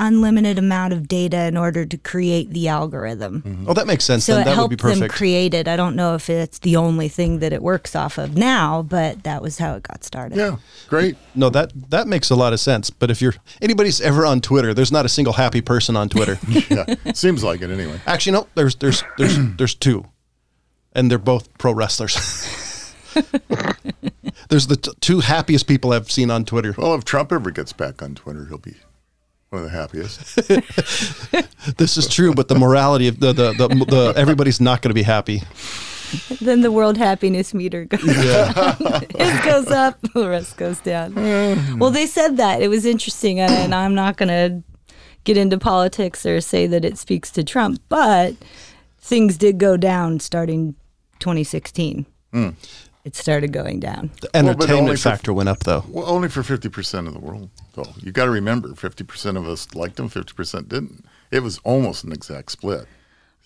Speaker 3: unlimited amount of data in order to create the algorithm.
Speaker 1: Oh, that makes sense.
Speaker 3: So
Speaker 1: then
Speaker 3: it
Speaker 1: that would be
Speaker 3: helped them
Speaker 1: perfect.
Speaker 3: create it. I don't know if it's the only thing that it works off of now, but that was how it got started.
Speaker 2: yeah. Great.
Speaker 1: no, that that makes a lot of sense. But if you're anybody's ever on Twitter, there's not a single happy person on Twitter.
Speaker 2: Yeah. Seems like it anyway.
Speaker 1: Actually, no, there's there's there's there's two, and they're both pro wrestlers. There's the t- two happiest people I've seen on Twitter.
Speaker 2: Well, if Trump ever gets back on Twitter, he'll be one of the happiest.
Speaker 1: This is true, but the morality of the the, the, the everybody's not going to be happy.
Speaker 3: Then the world happiness meter goes down. it goes up, the rest goes down.
Speaker 2: Mm.
Speaker 3: well, they said that. It was interesting, and- and I'm not going to get into politics or say that it speaks to Trump, but things did go down starting 2016.
Speaker 2: Mm.
Speaker 3: It started going down.
Speaker 1: The
Speaker 2: Well, but
Speaker 1: entertainment
Speaker 2: only for-
Speaker 1: factor went up though.
Speaker 2: well, only for 50% of the world, though. You got to remember 50% of us liked him, 50% didn't. It was almost an exact split.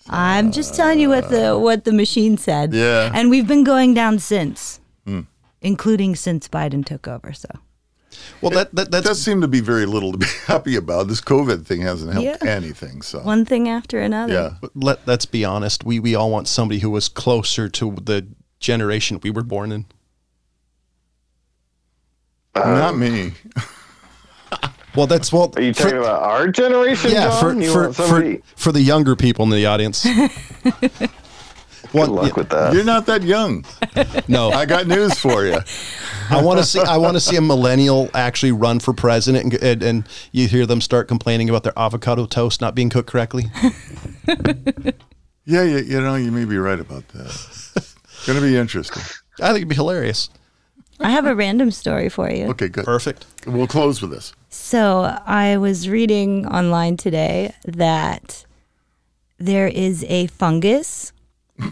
Speaker 3: I'm just telling you what the what the machine said.
Speaker 2: Yeah. Mm.
Speaker 3: And we've been going down since, including since Biden took over. So
Speaker 1: Well, that, that
Speaker 2: It
Speaker 1: that's
Speaker 2: does seem to be very little to be happy about. This COVID thing hasn't helped
Speaker 3: Yeah.
Speaker 2: anything. So,
Speaker 3: one thing after another.
Speaker 2: yeah.
Speaker 1: But let let's be honest. We we all want somebody who was closer to the generation we were born in.
Speaker 2: Not me.
Speaker 1: Well, that's well.
Speaker 4: Are you talking about our generation?
Speaker 1: yeah,
Speaker 4: John?
Speaker 1: for
Speaker 4: you
Speaker 1: for,
Speaker 4: want somebody?
Speaker 1: for for the younger people in the audience.
Speaker 4: Good luck with that.
Speaker 2: You're not that young.
Speaker 1: No,
Speaker 2: I got news for you.
Speaker 1: I want to see. I want to see a millennial actually run for president, and, and and you hear them start complaining about their avocado toast not being cooked correctly.
Speaker 2: Yeah, you, you know, you may be right about that. It's going to be interesting.
Speaker 1: I think it'd be hilarious.
Speaker 3: I have a random story for you.
Speaker 2: Okay, good.
Speaker 1: Perfect.
Speaker 2: We'll close with this.
Speaker 3: So I was reading online today that there is a fungus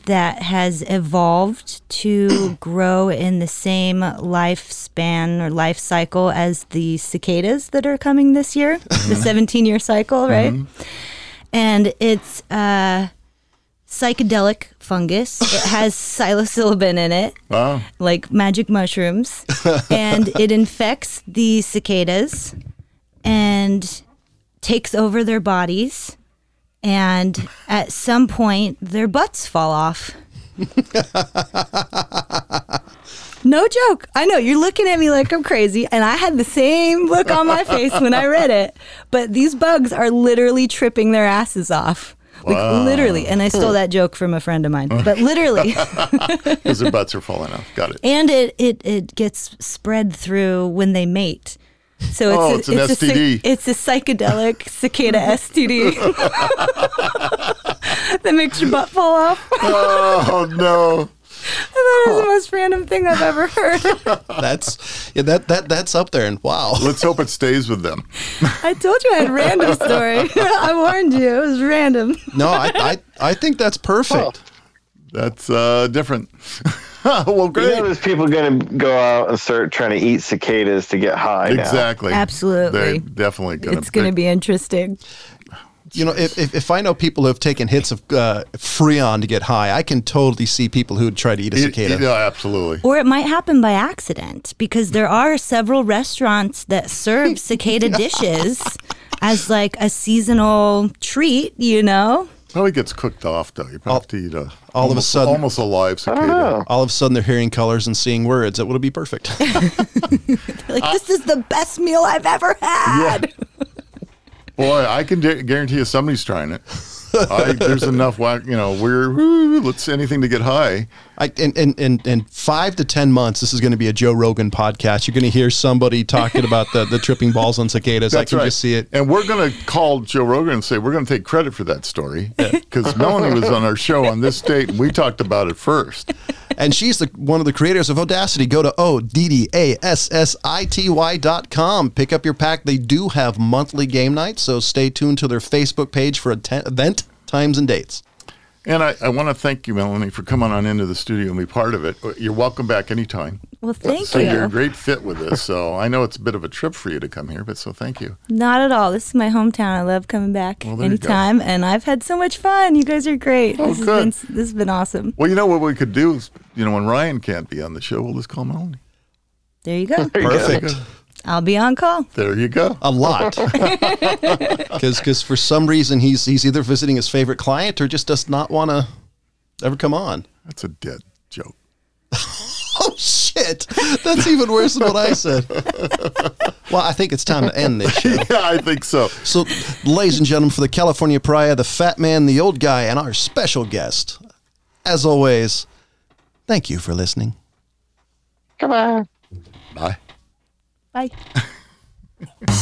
Speaker 3: that has evolved to grow in the same lifespan or life cycle as the cicadas that are coming this year, the 17 year cycle, right? And it's uh, psychedelic fungus. It has psilocybin in it
Speaker 2: Wow.
Speaker 3: like magic mushrooms, and it infects the cicadas and takes over their bodies. And at some point, their butts fall off. no joke. I know you're looking at me like I'm crazy, and I had the same look on my face when I read it. But these bugs are literally tripping their asses off. Like literally, and I stole that joke from a friend of mine. But literally,
Speaker 2: Because their butts are falling off. Got it.
Speaker 3: and it it it gets spread through when they mate. So it's,
Speaker 2: Oh,
Speaker 3: a,
Speaker 2: it's an
Speaker 3: a psy-
Speaker 2: STD.
Speaker 3: it's a psychedelic cicada STD that makes your butt fall off. I
Speaker 2: Oh, no.
Speaker 3: thought it was the most random thing I've ever heard.
Speaker 1: That's yeah, that that that's up there. And wow,
Speaker 2: Let's hope it stays with them.
Speaker 3: I told you I had a random story. I warned you it was random.
Speaker 1: no, I I, I think that's perfect.
Speaker 2: That's uh, different. well,
Speaker 4: You know,
Speaker 2: great.
Speaker 4: there's people going to go out and start trying to eat cicadas to get high. now.
Speaker 2: Exactly.
Speaker 3: Absolutely.
Speaker 2: They're definitely going to
Speaker 3: It's going to be interesting.
Speaker 1: You know, if, if, if I know people who have taken hits of uh, Freon to get high, I can totally see people who would try to eat a cicada.
Speaker 2: Yeah, absolutely.
Speaker 3: Or it might happen by accident because there are several restaurants that serve cicada dishes as like a seasonal treat, you know?
Speaker 2: Probably gets cooked off, though. You probably have to eat a,
Speaker 1: all of a
Speaker 2: almost-
Speaker 1: sudden-
Speaker 2: almost a live cicada.
Speaker 1: All of a sudden, they're hearing colors and seeing words. That would be perfect.
Speaker 3: Like,
Speaker 2: Uh,
Speaker 3: this is the best meal I've ever had.
Speaker 2: Boy, I can gu- guarantee you somebody's trying it. I, there's enough whack, you know, we're, woo, let's anything to get high.
Speaker 1: I, in, in, in, in five to 10 months, this is going to be a Joe Rogan podcast. You're going to hear somebody talking about the, the tripping balls on cicadas. I
Speaker 2: That's
Speaker 1: can
Speaker 2: right.
Speaker 1: just see it.
Speaker 2: And we're going to call Joe Rogan and say, we're going to take credit for that story because Melanie was on our show on this date and we talked about it first.
Speaker 1: And she's the, one of the creators of Audacity. Go to O D D A S S I T Y dot com. Pick up your pack. They do have monthly game nights, so stay tuned to their Facebook page for a ten- event, times, and dates.
Speaker 2: And I, I want to thank you, Melanie, for coming on into the studio and be part of it. You're welcome back anytime.
Speaker 3: Well, thank
Speaker 2: So you're a
Speaker 3: you.
Speaker 2: great fit with this. So I know it's a bit of a trip for you to come here, but so thank you.
Speaker 3: Not at all. This is my hometown. I love coming back
Speaker 2: Well, there you go.
Speaker 3: anytime, and I've had so much fun. You guys are great.
Speaker 2: Oh,
Speaker 3: this, has
Speaker 2: good.
Speaker 3: been, s- this has been awesome.
Speaker 2: Well, you know what we could do is, you know, when Ryan can't be on the show, we'll just call Melanie.
Speaker 3: There you go.
Speaker 1: Perfect.
Speaker 3: I'll be on call.
Speaker 2: There you go.
Speaker 1: a lot because for some reason he's he's either visiting his favorite client or just does not want to ever come on
Speaker 2: That's a dead joke.
Speaker 1: oh shit that's even worse than what i said well i think it's time to end this show
Speaker 2: yeah, I think so.
Speaker 1: so ladies and gentlemen for the california pariah the fat man the old guy and our special guest as always thank you for listening
Speaker 7: Come on.
Speaker 2: Bye.
Speaker 3: Bye.